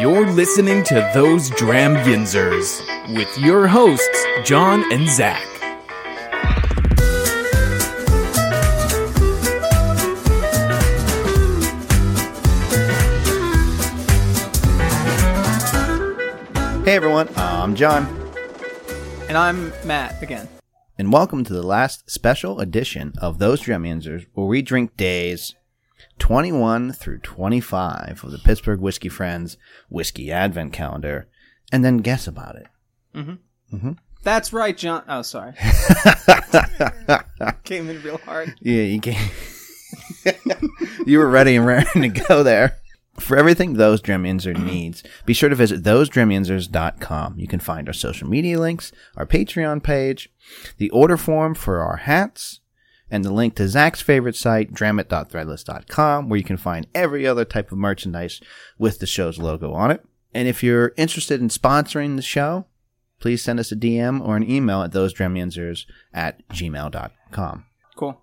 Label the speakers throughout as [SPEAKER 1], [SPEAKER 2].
[SPEAKER 1] You're listening to Those Dramyinzers with your hosts, John and Zach.
[SPEAKER 2] Hey everyone, I'm John,
[SPEAKER 3] And I'm Matt again.
[SPEAKER 2] and welcome to the last special edition of Those Dreminzers, where we drink days 21 through 25 of the Pittsburgh Whiskey Friends Whiskey Advent Calendar, and then guess about it.
[SPEAKER 3] That's right, John. Oh, sorry. Came in real hard.
[SPEAKER 2] Yeah, you can. you were ready and raring to go there. For everything Those Dreminzer needs, be sure to visit thosedreminzers.com. You can find our social media links, our Patreon page, the order form for our hats, and the link to Zach's favorite site, dramit.threadless.com, where you can find every other type of merchandise with the show's logo on it. And if you're interested in sponsoring the show, please send us a DM or an email at thosedreminzers at gmail.com.
[SPEAKER 3] Cool.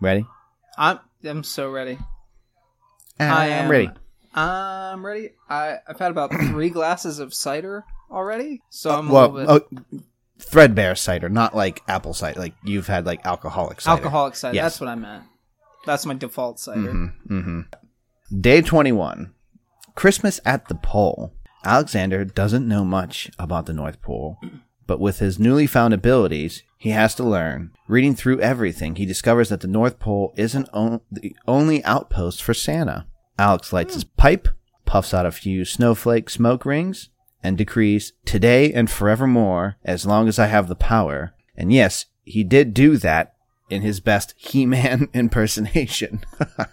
[SPEAKER 2] Ready?
[SPEAKER 3] I'm I'm so ready.
[SPEAKER 2] I am ready.
[SPEAKER 3] I'm ready. I I've had about three glasses of cider already, so I'm a
[SPEAKER 2] Well,
[SPEAKER 3] little bit
[SPEAKER 2] oh, threadbare cider, not like apple cider. Like you've had like alcoholic cider.
[SPEAKER 3] alcoholic cider.
[SPEAKER 2] Yes.
[SPEAKER 3] That's what I meant. That's my default cider.
[SPEAKER 2] hmm Day 21. Christmas at the Pole. Alexander doesn't know much about the North Pole, but with his newly found abilities, he has to learn. Reading through everything, he discovers that the North Pole isn't on- the only outpost for Santa. Alex lights his pipe, puffs out a few snowflake smoke rings, and decrees, Today and forevermore, as long as I have the power. And yes, he did do that in his best He Man impersonation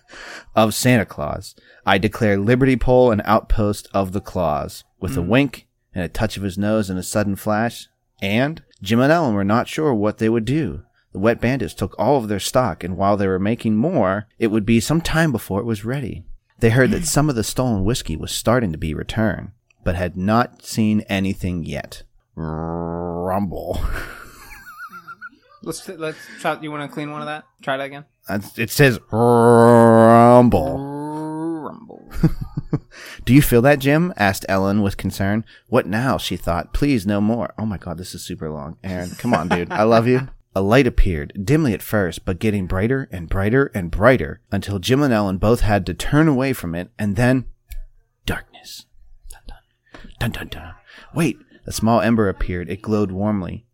[SPEAKER 2] of Santa Claus. I declare Liberty Pole an outpost of the claws. With a wink and a touch of his nose and a sudden flash, and Jim and Ellen were not sure what they would do. The wet bandits took all of their stock, and while they were making more, it would be some time before it was ready. They heard that some of the stolen whiskey was starting to be returned, but had not seen anything yet. Rumble.
[SPEAKER 3] Let's let's try. You want to clean one of that? Try that again.
[SPEAKER 2] That's- It says rumble.
[SPEAKER 3] Rumble.
[SPEAKER 2] Do you feel that, Jim? asked Ellen with concern. What now? she thought. Please, no more. Oh my god, this is super long. Aaron, come on, dude. I love you. A light appeared, dimly at first, but getting brighter and brighter and brighter until Jim and Ellen both had to turn away from it, and then darkness. Dun dun dun. Wait! A small ember appeared. It glowed warmly,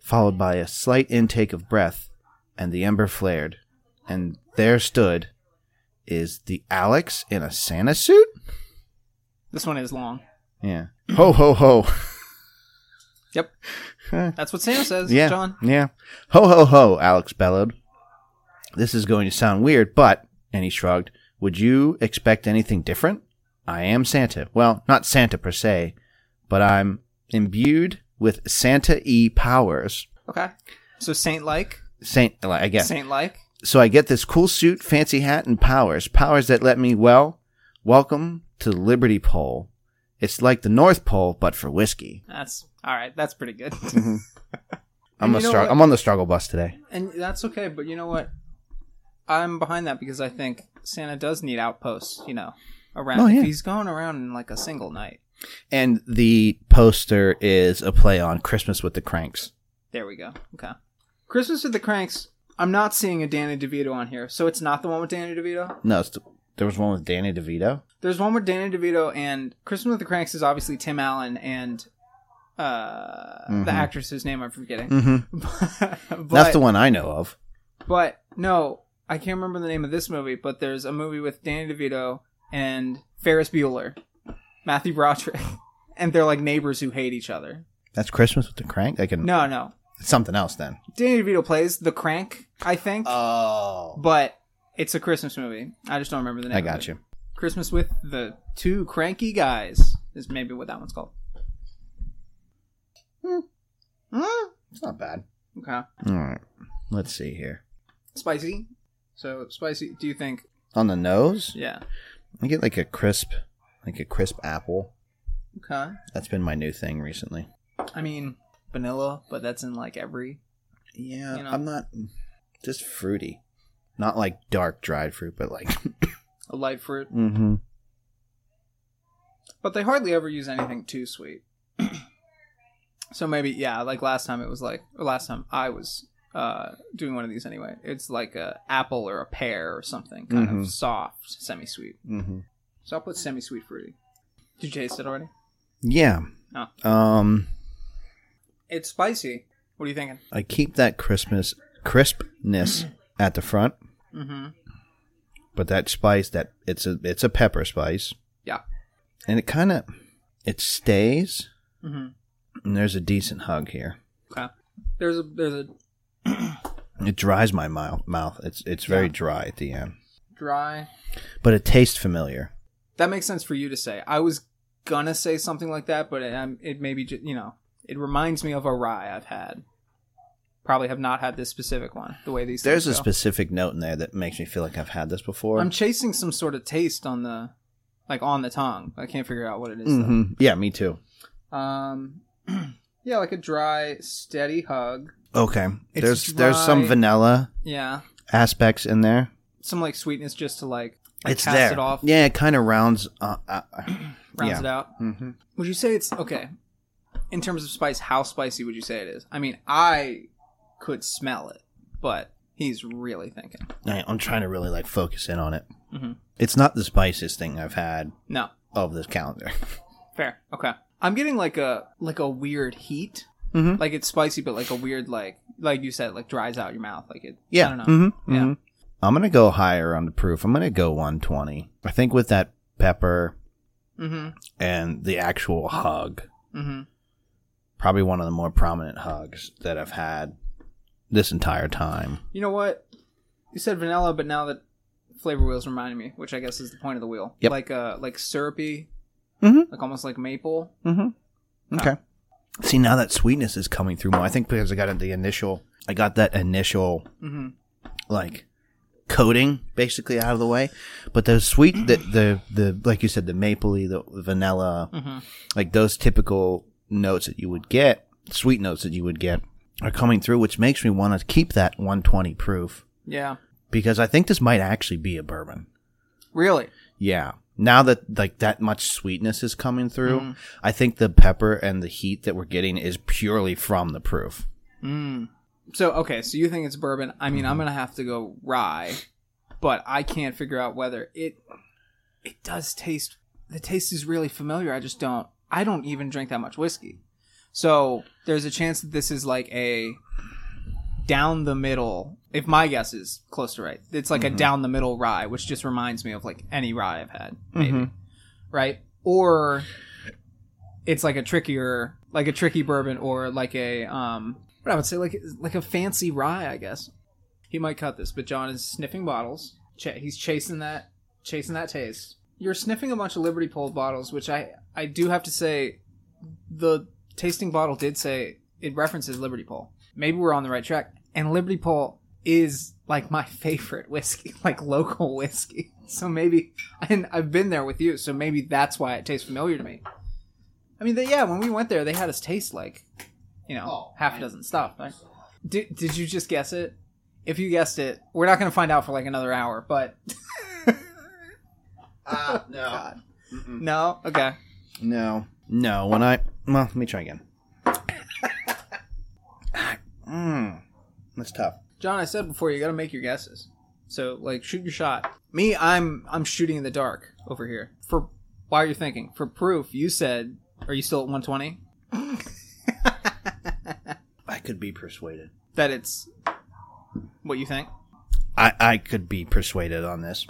[SPEAKER 2] followed by a slight intake of breath, and the ember flared. And there stood is the Alex in a Santa suit?
[SPEAKER 3] This one is long.
[SPEAKER 2] Yeah. Ho ho ho.
[SPEAKER 3] Yep. That's what Sam says.
[SPEAKER 2] yeah.
[SPEAKER 3] John.
[SPEAKER 2] Yeah. Ho ho ho, Alex bellowed. This is going to sound weird, but and he shrugged, would you expect anything different? I am Santa. Well, not Santa per se, but I'm imbued with Santa E powers.
[SPEAKER 3] Okay. So saint like.
[SPEAKER 2] Saint I guess.
[SPEAKER 3] Saint like.
[SPEAKER 2] So I get this cool suit, fancy hat, and powers. Powers that let me, well, welcome to the Liberty Pole. It's like the North Pole, but for whiskey.
[SPEAKER 3] That's all right. That's pretty good.
[SPEAKER 2] Mm-hmm. I'm
[SPEAKER 3] you
[SPEAKER 2] a
[SPEAKER 3] know
[SPEAKER 2] strugg-
[SPEAKER 3] what?
[SPEAKER 2] I'm on the struggle bus today.
[SPEAKER 3] And that's okay, but you know what? I'm behind that because I think Santa does need outposts, you know, around.
[SPEAKER 2] Oh, yeah.
[SPEAKER 3] If he's going around in like a single night.
[SPEAKER 2] And the poster is a play on Christmas with the Cranks.
[SPEAKER 3] There we go. Okay. Christmas with the Cranks. I'm not seeing a Danny DeVito on here, so it's not the one with Danny DeVito.
[SPEAKER 2] No, it's there was one with Danny DeVito.
[SPEAKER 3] There's one with Danny DeVito, and Christmas with the Cranks is obviously Tim Allen and uh, the actress whose name I'm forgetting.
[SPEAKER 2] Mm-hmm.
[SPEAKER 3] but,
[SPEAKER 2] That's the one I know of.
[SPEAKER 3] But no, I can't remember the name of this movie, but there's a movie with Danny DeVito and Ferris Bueller, Matthew Broderick, and they're like neighbors who hate each other.
[SPEAKER 2] That's Christmas with the Crank. I can.
[SPEAKER 3] No, no.
[SPEAKER 2] It's something else then.
[SPEAKER 3] Danny DeVito plays the crank, I think,
[SPEAKER 2] Oh,
[SPEAKER 3] but it's a Christmas movie. I just don't remember the name.
[SPEAKER 2] I
[SPEAKER 3] of
[SPEAKER 2] got
[SPEAKER 3] it.
[SPEAKER 2] you.
[SPEAKER 3] Christmas with the two cranky guys is maybe what that one's called. Hmm.
[SPEAKER 2] It's not bad.
[SPEAKER 3] Hmm? Okay.
[SPEAKER 2] All right. Let's see here.
[SPEAKER 3] Spicy. So spicy. Do you think?
[SPEAKER 2] On the nose,
[SPEAKER 3] Yeah.
[SPEAKER 2] I get like a crisp, like a crisp apple.
[SPEAKER 3] Okay.
[SPEAKER 2] That's been my new thing recently.
[SPEAKER 3] I mean, vanilla, but that's in like every.
[SPEAKER 2] Yeah,
[SPEAKER 3] You know.
[SPEAKER 2] I'm not just fruity, not like dark dried fruit, but like.
[SPEAKER 3] A light fruit.
[SPEAKER 2] mm-hmm.
[SPEAKER 3] But they hardly ever use anything too sweet. so maybe yeah, like last time it was like or last time I was uh, doing one of these anyway. It's like a apple or a pear or something kind
[SPEAKER 2] Mhm.
[SPEAKER 3] of soft, semi sweet.
[SPEAKER 2] Mm-hmm.
[SPEAKER 3] So I'll put semi sweet fruity. Did you taste it already?
[SPEAKER 2] Yeah.
[SPEAKER 3] Oh.
[SPEAKER 2] Um,
[SPEAKER 3] It's spicy. What are you thinking?
[SPEAKER 2] I keep that Christmas crispness at the front,
[SPEAKER 3] Mm-hmm.
[SPEAKER 2] but that spice that it's a it's a pepper spice,
[SPEAKER 3] Yeah.
[SPEAKER 2] and it kind of it stays.
[SPEAKER 3] Mm-hmm.
[SPEAKER 2] And there's a decent hug here.
[SPEAKER 3] Okay. There's a there's a
[SPEAKER 2] It dries my mouth. Mouth. It's it's very
[SPEAKER 3] Yeah.
[SPEAKER 2] dry at the end,
[SPEAKER 3] dry.
[SPEAKER 2] but it tastes familiar.
[SPEAKER 3] That makes sense for you to say. I was gonna say something like that, but it, um, it maybe ju- you know it reminds me of a rye I've had. Probably have not had this specific one. The way these
[SPEAKER 2] There's a
[SPEAKER 3] things go.
[SPEAKER 2] specific note in there that makes me feel like I've had this before.
[SPEAKER 3] I'm chasing some sort of taste on the like on the tongue. I can't figure out what it is, though.
[SPEAKER 2] hmm Yeah, me too.
[SPEAKER 3] Um, yeah, like a dry, steady hug.
[SPEAKER 2] Okay.
[SPEAKER 3] It's
[SPEAKER 2] there's there's some
[SPEAKER 3] dry.
[SPEAKER 2] vanilla
[SPEAKER 3] Yeah,
[SPEAKER 2] aspects in there.
[SPEAKER 3] some like sweetness just to like, like
[SPEAKER 2] It's
[SPEAKER 3] cast
[SPEAKER 2] there.
[SPEAKER 3] it off,
[SPEAKER 2] Yeah, it kind of rounds. Uh, uh,
[SPEAKER 3] rounds
[SPEAKER 2] yeah.
[SPEAKER 3] it out.
[SPEAKER 2] hmm
[SPEAKER 3] Would you say it's okay in terms of spice? How spicy would you say it is? I mean, I could smell it, but he's really thinking.
[SPEAKER 2] I, I'm trying to really like focus in on it.
[SPEAKER 3] Mhm.
[SPEAKER 2] It's not the spiciest thing I've had
[SPEAKER 3] No,
[SPEAKER 2] of this calendar.
[SPEAKER 3] fair, okay. I'm getting like a like a weird heat.
[SPEAKER 2] Mhm.
[SPEAKER 3] Like it's spicy, but like a weird like like you said, like dries out your mouth. Like it.
[SPEAKER 2] yeah.
[SPEAKER 3] I don't know.
[SPEAKER 2] Mm-hmm.
[SPEAKER 3] Yeah.
[SPEAKER 2] I'm gonna go higher on the proof. I'm gonna go 120. I think with that pepper
[SPEAKER 3] Mm-hmm.
[SPEAKER 2] and the actual hug,
[SPEAKER 3] Mm-hmm.
[SPEAKER 2] probably one of the more prominent hugs that I've had this entire time.
[SPEAKER 3] You know what? You said vanilla, but now that flavor wheels reminded me, which I guess is the point of the wheel.
[SPEAKER 2] Yep.
[SPEAKER 3] Like uh like syrupy,
[SPEAKER 2] Mhm.
[SPEAKER 3] like almost like maple.
[SPEAKER 2] Mm-hmm. Okay. See, now that sweetness is coming through more. I think because I got the initial, I got that initial
[SPEAKER 3] Mm-hmm.
[SPEAKER 2] like coating basically out of the way, but the sweet, the the, the like you said, the mapley, the vanilla,
[SPEAKER 3] Mm-hmm.
[SPEAKER 2] like those typical notes that you would get, sweet notes that you would get, are coming through, which makes me want to keep that 120 proof
[SPEAKER 3] Yeah.
[SPEAKER 2] because I think this might actually be a bourbon.
[SPEAKER 3] Really?
[SPEAKER 2] Yeah. Now that like that much sweetness is coming through,
[SPEAKER 3] Mhm.
[SPEAKER 2] I think the pepper and the heat that we're getting is purely from the proof.
[SPEAKER 3] Mm. So okay, so you think it's bourbon. I mean I'm gonna have to go rye, but I can't figure out whether it it does taste the taste is really familiar. I just don't I don't even drink that much whiskey. So there's a chance that this is like a down the middle if my guess is close to right. It's like a down the middle rye, which just reminds me of like any rye I've had, maybe. Right? Or it's like a trickier like a tricky bourbon or like a um what I would say like like a fancy rye, I guess. He might cut this, but John is sniffing bottles. Ch- he's chasing that chasing that taste. You're sniffing a bunch of Liberty Pole bottles, which I I do have to say the tasting bottle did say it references Liberty Pole. Maybe we're on the right track. And Liberty Pole is like my favorite whiskey, like local whiskey. So maybe and I've been there with you, so maybe that's why it tastes familiar to me. I mean, they, yeah, when we went there, they had us taste like, you know, half a dozen stuff. Right? Did did you just guess it? If you guessed it, we're not going to find out for like another hour, but
[SPEAKER 2] Ah, no.
[SPEAKER 3] no, okay.
[SPEAKER 2] No. No, when I well, let me try again. mm, that's tough.
[SPEAKER 3] John, I said before you got to make your guesses. So like shoot your shot. Me, I'm I'm shooting in the dark over here. For why are you thinking? For proof, you said are you still at 120?
[SPEAKER 2] I could be persuaded.
[SPEAKER 3] That it's what you think?
[SPEAKER 2] I, I could be persuaded on this.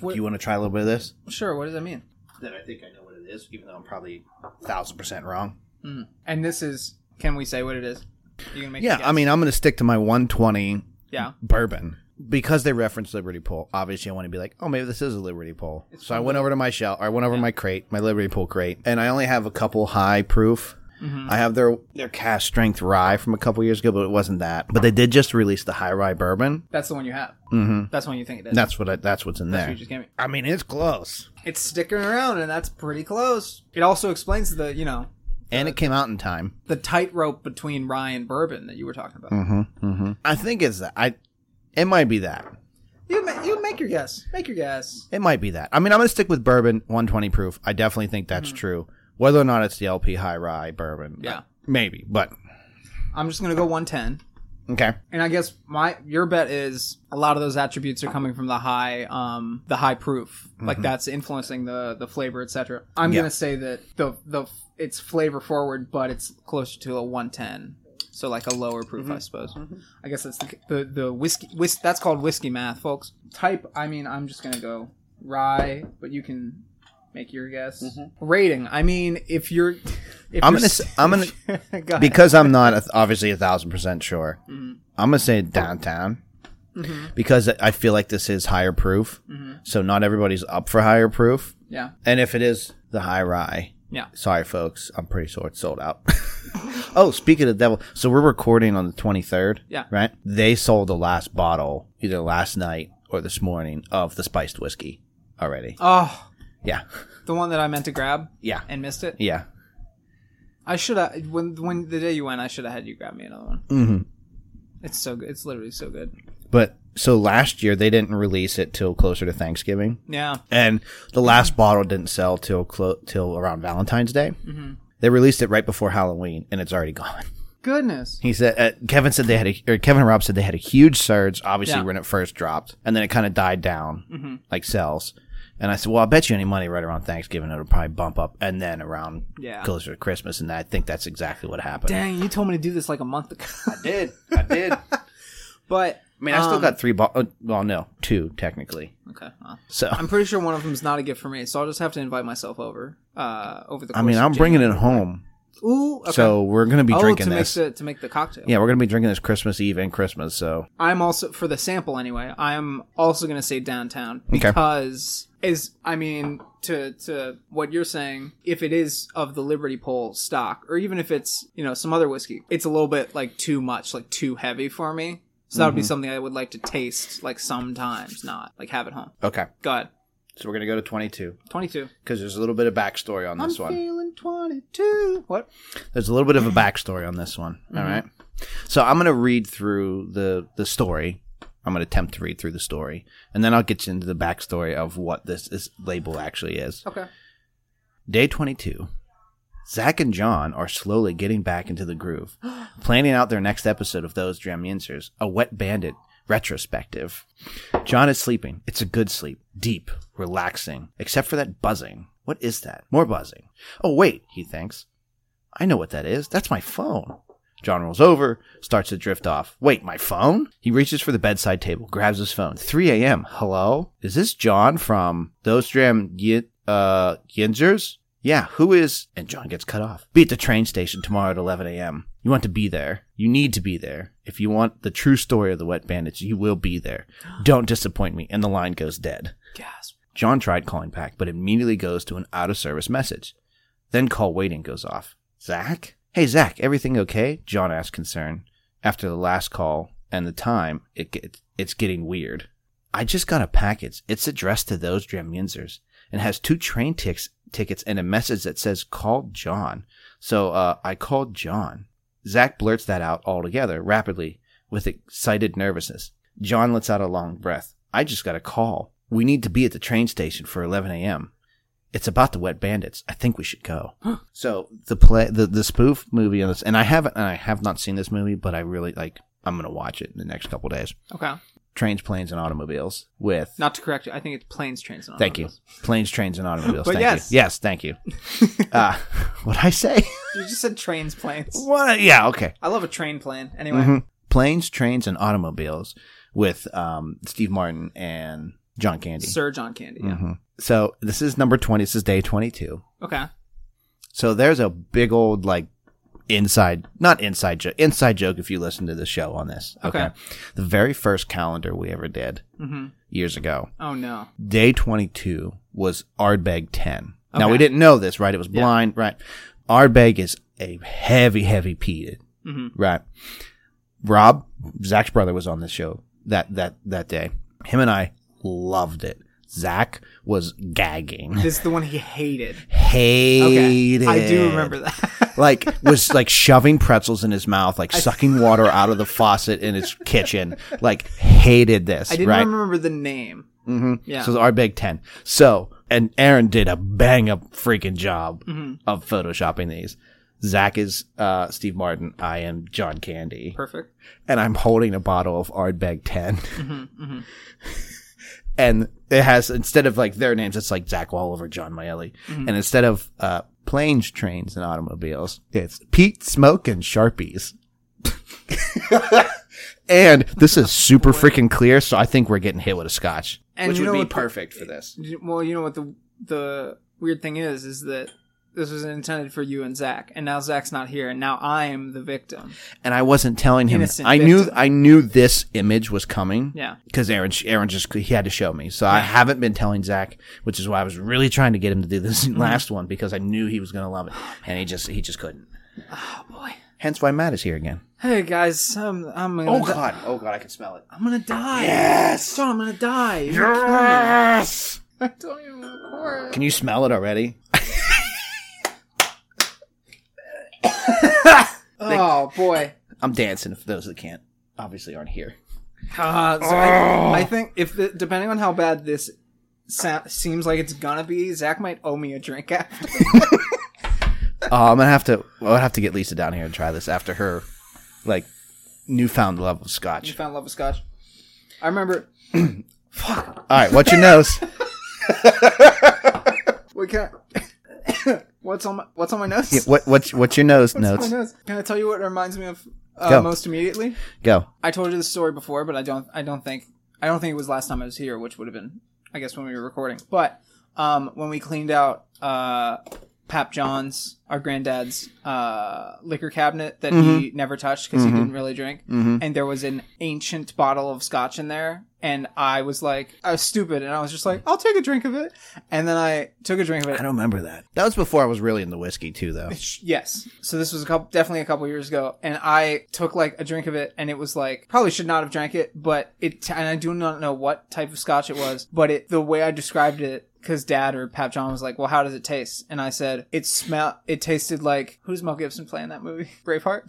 [SPEAKER 3] What-
[SPEAKER 2] You want to try a little bit of this?
[SPEAKER 3] Sure, what does that mean?
[SPEAKER 2] That I think I know what it is, even though I'm probably thousand percent wrong.
[SPEAKER 3] Mm-hmm. And this is can we say what it is? You can make a
[SPEAKER 2] Yeah,
[SPEAKER 3] guess.
[SPEAKER 2] I mean I'm gonna stick to my one twenty
[SPEAKER 3] yeah.
[SPEAKER 2] bourbon because they reference Liberty Pole. Obviously, I want to be like, oh, maybe this is a Liberty Pole. so I went over to my shell. Or I went over my crate, my Liberty Pole crate, and I only have a couple high proof.
[SPEAKER 3] Mm-hmm.
[SPEAKER 2] I have their their cash strength rye from a couple years ago, but it wasn't that. But they did just release the high rye bourbon.
[SPEAKER 3] That's the one you have.
[SPEAKER 2] Mm-hmm.
[SPEAKER 3] That's the one you think it is.
[SPEAKER 2] That's what I, that's what's in
[SPEAKER 3] That's what
[SPEAKER 2] there.
[SPEAKER 3] you just gave me.
[SPEAKER 2] I mean, it's close,
[SPEAKER 3] It's sticking around and that's pretty close. It also explains the, you know,
[SPEAKER 2] and it came out in time.
[SPEAKER 3] the tightrope between rye and bourbon that you were talking about.
[SPEAKER 2] Mm-hmm. Mm-hmm. I think it's that. I it might be that.
[SPEAKER 3] You ma- you make your guess. Make your guess.
[SPEAKER 2] It might be that. I mean, I'm going to stick with bourbon 120 proof. I definitely think that's true. Whether or not it's the LP high rye bourbon.
[SPEAKER 3] Mm-hmm. Yeah.
[SPEAKER 2] uh, Maybe, but
[SPEAKER 3] I'm just gonna go 110.
[SPEAKER 2] okay.
[SPEAKER 3] And I guess my your bet is a lot of those attributes are coming from the high um the high proof. Like that's influencing the the flavor, etc. I'm
[SPEAKER 2] Mm-hmm. Yeah.
[SPEAKER 3] going to say that the the it's flavor forward, but it's closer to a 110. So like a lower proof,
[SPEAKER 2] Mm-hmm.
[SPEAKER 3] I suppose. I guess that's the the, the whiskey whis- that's called whiskey math, folks. Type, I mean, I'm just going to go rye, but you can make your guess. Rating. I mean, if you're if
[SPEAKER 2] Mm-hmm. I'm
[SPEAKER 3] you're
[SPEAKER 2] gonna
[SPEAKER 3] s-
[SPEAKER 2] s- I'm gonna-
[SPEAKER 3] Go ahead. Mm-hmm.
[SPEAKER 2] Because I'm not a, obviously a thousand percent sure. I'm going to say downtown because I feel like this is higher proof.
[SPEAKER 3] Mm-hmm.
[SPEAKER 2] So not everybody's up for higher proof.
[SPEAKER 3] yeah.
[SPEAKER 2] And if it is the high rye,
[SPEAKER 3] Yeah.
[SPEAKER 2] sorry folks, I'm pretty sure it's sold out. oh, speaking of the devil, so we're recording on the 23rd.
[SPEAKER 3] Yeah.
[SPEAKER 2] Right? They sold the last bottle either last night or this morning of the spiced whiskey already.
[SPEAKER 3] Oh,
[SPEAKER 2] Yeah.
[SPEAKER 3] the one that I meant to grab.
[SPEAKER 2] Yeah.
[SPEAKER 3] and missed it.
[SPEAKER 2] Yeah.
[SPEAKER 3] I should have when when the day you went, I should have had you grab me another one.
[SPEAKER 2] Mhm.
[SPEAKER 3] It's so good. It's literally so good.
[SPEAKER 2] But so last year they didn't release it till closer to Thanksgiving.
[SPEAKER 3] Yeah,
[SPEAKER 2] And the last
[SPEAKER 3] Mm-hmm.
[SPEAKER 2] bottle didn't sell till clo- till around Valentine's Day.
[SPEAKER 3] Mm-hmm.
[SPEAKER 2] They released it right before Halloween and it's already gone.
[SPEAKER 3] goodness.
[SPEAKER 2] He said uh, Kevin said they had a, or Kevin Rob said they had a huge surge, obviously
[SPEAKER 3] Yeah. Mm-hmm.
[SPEAKER 2] when it first dropped, and then it kind of died down, like sales. And I said, well, I bet you any money right around Thanksgiving it'll probably bump up, and then around
[SPEAKER 3] Yeah.
[SPEAKER 2] closer to Christmas, and I think that's exactly what happened.
[SPEAKER 3] Dang, you told me to do this like a month ago.
[SPEAKER 2] did I did? I
[SPEAKER 3] but
[SPEAKER 2] mean, I still
[SPEAKER 3] um,
[SPEAKER 2] got three. Bo- uh, well, no, two technically.
[SPEAKER 3] okay. well,
[SPEAKER 2] So
[SPEAKER 3] I'm pretty sure one of them's not a gift for me, so I'll just have to invite myself over. Uh, over the.
[SPEAKER 2] I mean,
[SPEAKER 3] course of
[SPEAKER 2] I'm bringing it
[SPEAKER 3] January.
[SPEAKER 2] home,
[SPEAKER 3] Ooh, okay.
[SPEAKER 2] so we're gonna be
[SPEAKER 3] oh,
[SPEAKER 2] drinking
[SPEAKER 3] to
[SPEAKER 2] this.
[SPEAKER 3] make the to make the cocktail.
[SPEAKER 2] yeah, we're gonna be drinking this Christmas Eve and Christmas. So
[SPEAKER 3] I'm also for the sample anyway. I'm also going to say downtown
[SPEAKER 2] Okay.
[SPEAKER 3] because is I mean to to what you're saying. If it is of the Liberty Pole stock, or even if it's you know some other whiskey, it's a little bit like too much, like too heavy for me. So that
[SPEAKER 2] Mm-hmm.
[SPEAKER 3] would be something I would like to taste, like sometimes, not like have at home.
[SPEAKER 2] okay,
[SPEAKER 3] God,
[SPEAKER 2] so we're gonna go to 22
[SPEAKER 3] 22.
[SPEAKER 2] because there's a little bit of backstory on
[SPEAKER 3] I'm
[SPEAKER 2] this one.
[SPEAKER 3] feeling 22. What?
[SPEAKER 2] There's a little bit of a backstory on this one. all right. So I'm going to read through the, the story. I'm going to attempt to read through the story. And then I'll get you into the backstory of what this, this label actually is.
[SPEAKER 3] Okay.
[SPEAKER 2] Day 22. Zach and John are slowly getting back into the groove, planning out their next episode of Those Dram Yinsers, a wet bandit retrospective. John is sleeping. It's a good sleep. Deep, relaxing, except for that buzzing. What is that? More buzzing. Oh, wait, he thinks. I know what that is. That's my phone. John rolls over, starts to drift off. Wait, my phone? He reaches for the bedside table, grabs his phone. 3 a.m. Hello? Is this John from Those Dram Yin- uh, Yinzers? Yeah, who is? And John gets cut off. Be at the train station tomorrow at 11 a.m. You want to be there. You need to be there. If you want the true story of the Wet Bandits, you will be there. Don't disappoint me. And the line goes dead.
[SPEAKER 3] Gasp.
[SPEAKER 2] John tried calling back, but immediately goes to an out of service message. Then call waiting goes off. Zach? Hey, Zach, everything okay? John asks, concerned. After the last call and the time, it gets, it's getting weird. I just got a package. It's addressed to those Dremunzers and has two train ticks, tickets and a message that says, call John. So, uh, I called John. Zach blurts that out altogether rapidly with excited nervousness. John lets out a long breath. I just got a call. We need to be at the train station for 11 a.m. It's about the wet bandits. I think we should go. so the play, the, the spoof movie on this, and I haven't, and I have not seen this movie, but I really like. I'm gonna watch it in the next couple days.
[SPEAKER 3] Okay.
[SPEAKER 2] Trains, planes, and automobiles with.
[SPEAKER 3] Not to correct you, I think it's planes, trains, and
[SPEAKER 2] Thank you. Planes, trains, and automobiles.
[SPEAKER 3] But
[SPEAKER 2] thank
[SPEAKER 3] yes.
[SPEAKER 2] you. Yes, thank you. uh, what I say?
[SPEAKER 3] you. You just said trains, planes.
[SPEAKER 2] what? Yeah. Okay.
[SPEAKER 3] I love a train plane. Anyway.
[SPEAKER 2] Mhm. Planes, trains, and automobiles with um, Steve Martin and John Candy.
[SPEAKER 3] Sir John Candy. Yeah.
[SPEAKER 2] Mhm. So this is number twenty. This is day twenty-two.
[SPEAKER 3] Okay.
[SPEAKER 2] So there's a big old like inside, not inside joke, inside joke. If you listen to the show on this, okay,
[SPEAKER 3] Okay.
[SPEAKER 2] the very first calendar we ever did
[SPEAKER 3] Mm-hmm.
[SPEAKER 2] years ago,
[SPEAKER 3] Oh no.
[SPEAKER 2] day twenty-two was Ardbeg ten. Now
[SPEAKER 3] Okay.
[SPEAKER 2] we didn't know this, right? It was blind, right? Ardbeg is a heavy, heavy peated,
[SPEAKER 3] Mhm.
[SPEAKER 2] right? Rob, Zach's brother, was on this show that that that day. Him and I loved it. Zach was gagging.
[SPEAKER 3] This is the one he hated.
[SPEAKER 2] hated.
[SPEAKER 3] I do remember that.
[SPEAKER 2] Like was like shoving pretzels in his mouth, like sucking water out of the faucet in his kitchen, like hated this,
[SPEAKER 3] I didn't
[SPEAKER 2] right?
[SPEAKER 3] remember the name.
[SPEAKER 2] hmm
[SPEAKER 3] Yeah.
[SPEAKER 2] So it's our Big Ten. So, and Aaron did a bang up freaking job of photoshopping these. Zach is uh, Steve Martin. I am John Candy.
[SPEAKER 3] Perfect.
[SPEAKER 2] and I'm holding a bottle of Ardbeg 10. and it has, instead of like their names, it's like Zach Wallover, John Maelli. And instead of uh, planes, trains, and automobiles, it's Pete Smoke and Sharpies. and this is super freaking clear, so I think we're getting hit with a scotch,
[SPEAKER 3] And
[SPEAKER 2] which
[SPEAKER 3] you
[SPEAKER 2] would
[SPEAKER 3] know
[SPEAKER 2] be
[SPEAKER 3] what the-
[SPEAKER 2] perfect for this.
[SPEAKER 3] You- Well, you know what the the weird thing is is that this was intended for you and Zach, and now Zach's not here, and now I am the victim.
[SPEAKER 2] And I wasn't telling him.
[SPEAKER 3] Innocent
[SPEAKER 2] I knew
[SPEAKER 3] victim.
[SPEAKER 2] I knew this image was coming.
[SPEAKER 3] Yeah.
[SPEAKER 2] because Aaron, Aaron just he had to show me. So I haven't been telling Zach, which is why I was really trying to get him to do this
[SPEAKER 3] Mm-hmm.
[SPEAKER 2] last one because I knew he was gonna love it, and he just he just couldn't.
[SPEAKER 3] Oh boy.
[SPEAKER 2] Hence why Matt is here again.
[SPEAKER 3] Hey guys, I'm I'm gonna di-
[SPEAKER 2] oh god, I can smell it.
[SPEAKER 3] I'm gonna die. Yes, John, I'm gonna die.
[SPEAKER 2] Yes.
[SPEAKER 3] I told you before.
[SPEAKER 2] Can you smell it already?
[SPEAKER 3] Oh boy.
[SPEAKER 2] I'm dancing for those that can't obviously aren't here.
[SPEAKER 3] Uh, so I, I think if the, depending on how bad this sa- seems like it's gonna be, Zach might owe me a drink after.
[SPEAKER 2] Oh, I'm gonna have to. I'll have to get Lisa down here and try this after her, like newfound love of
[SPEAKER 3] you
[SPEAKER 2] scotch.
[SPEAKER 3] found love with scotch. I remember.
[SPEAKER 2] All right, what's your nose?
[SPEAKER 3] Wait, can I, what's on my what's on my nose?
[SPEAKER 2] What what's what's your nose
[SPEAKER 3] What's on
[SPEAKER 2] notes?
[SPEAKER 3] my nose? Can I tell you what it reminds me of uh,
[SPEAKER 2] Go.
[SPEAKER 3] most immediately?
[SPEAKER 2] Go.
[SPEAKER 3] I told you this story before, but I don't. I don't think. I don't think it was last time I was here, which would have been, I guess, when we were recording. But um, when we cleaned out uh, Pap John's, our granddad's uh, liquor cabinet that
[SPEAKER 2] Mm-hmm.
[SPEAKER 3] he never touched because he didn't really drink, and there was an ancient bottle of scotch in there, and I was like, I was stupid, and I was just like, I'll take a drink of it, and then I took a drink of it.
[SPEAKER 2] I don't remember that. That was before I was really into whiskey too, though.
[SPEAKER 3] Sh- Yes. So this was a couple, definitely a couple years ago, and I took like a drink of it, and it was like probably should not have drank it, but it. And I do not know what type of scotch it was, but it the way I described it, because Dad or Pap John was like, "Well, how does it taste?" And I said, "It smell. It tasted like who does Mel Gibson play in that movie? Braveheart."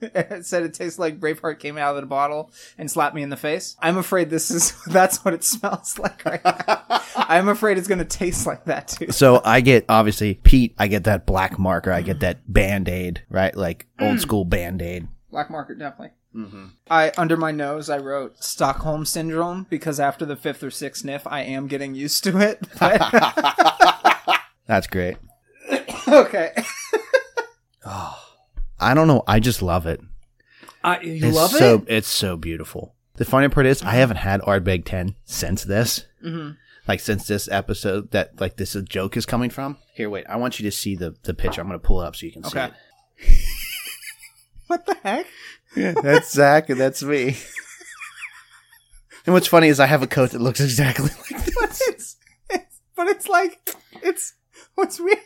[SPEAKER 3] it said it tastes like Braveheart came out of the bottle and slapped me in the face. I'm afraid this is that's what it smells like right now. I'm afraid it's gonna taste like that too.
[SPEAKER 2] So I get obviously Pete. I get that black marker. I get that band aid, right? Like
[SPEAKER 3] Mm.
[SPEAKER 2] old school band aid.
[SPEAKER 3] Black market, definitely. I under my nose, I wrote Stockholm syndrome because after the fifth or sixth sniff, I am getting used to it. But-
[SPEAKER 2] That's great.
[SPEAKER 3] okay,
[SPEAKER 2] I don't know. I just love it.
[SPEAKER 3] I, you
[SPEAKER 2] it's
[SPEAKER 3] love
[SPEAKER 2] so,
[SPEAKER 3] it.
[SPEAKER 2] It's so beautiful. The funny part is, I haven't had Ardbeg Ten since this.
[SPEAKER 3] Mm-hmm.
[SPEAKER 2] Like since this episode, that like this joke is coming from. Here, wait. I want you to see the the picture. I'm gonna pull it up so you can
[SPEAKER 3] Okay. What the heck?
[SPEAKER 2] see it. that's Zach and that's me. and what's funny is I have a coat that looks exactly like this.
[SPEAKER 3] But it's, it's but it's like it's what's weird.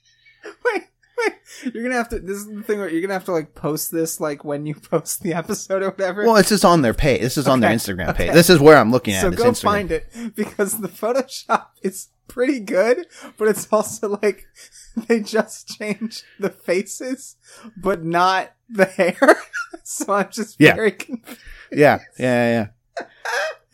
[SPEAKER 3] wait, wait. You're gonna have to. This is the thing where you're gonna have to like post this like when you post the episode or whatever.
[SPEAKER 2] Well, it's just on their page. This is on their
[SPEAKER 3] Okay.
[SPEAKER 2] Instagram page. This is where I'm looking at.
[SPEAKER 3] so
[SPEAKER 2] is
[SPEAKER 3] go
[SPEAKER 2] Instagram.
[SPEAKER 3] find it because the Photoshop is pretty good, but it's also like they just changed the faces, but not the hair. so I'm just
[SPEAKER 2] Yeah.
[SPEAKER 3] very confused.
[SPEAKER 2] Yeah, yeah, yeah. yeah.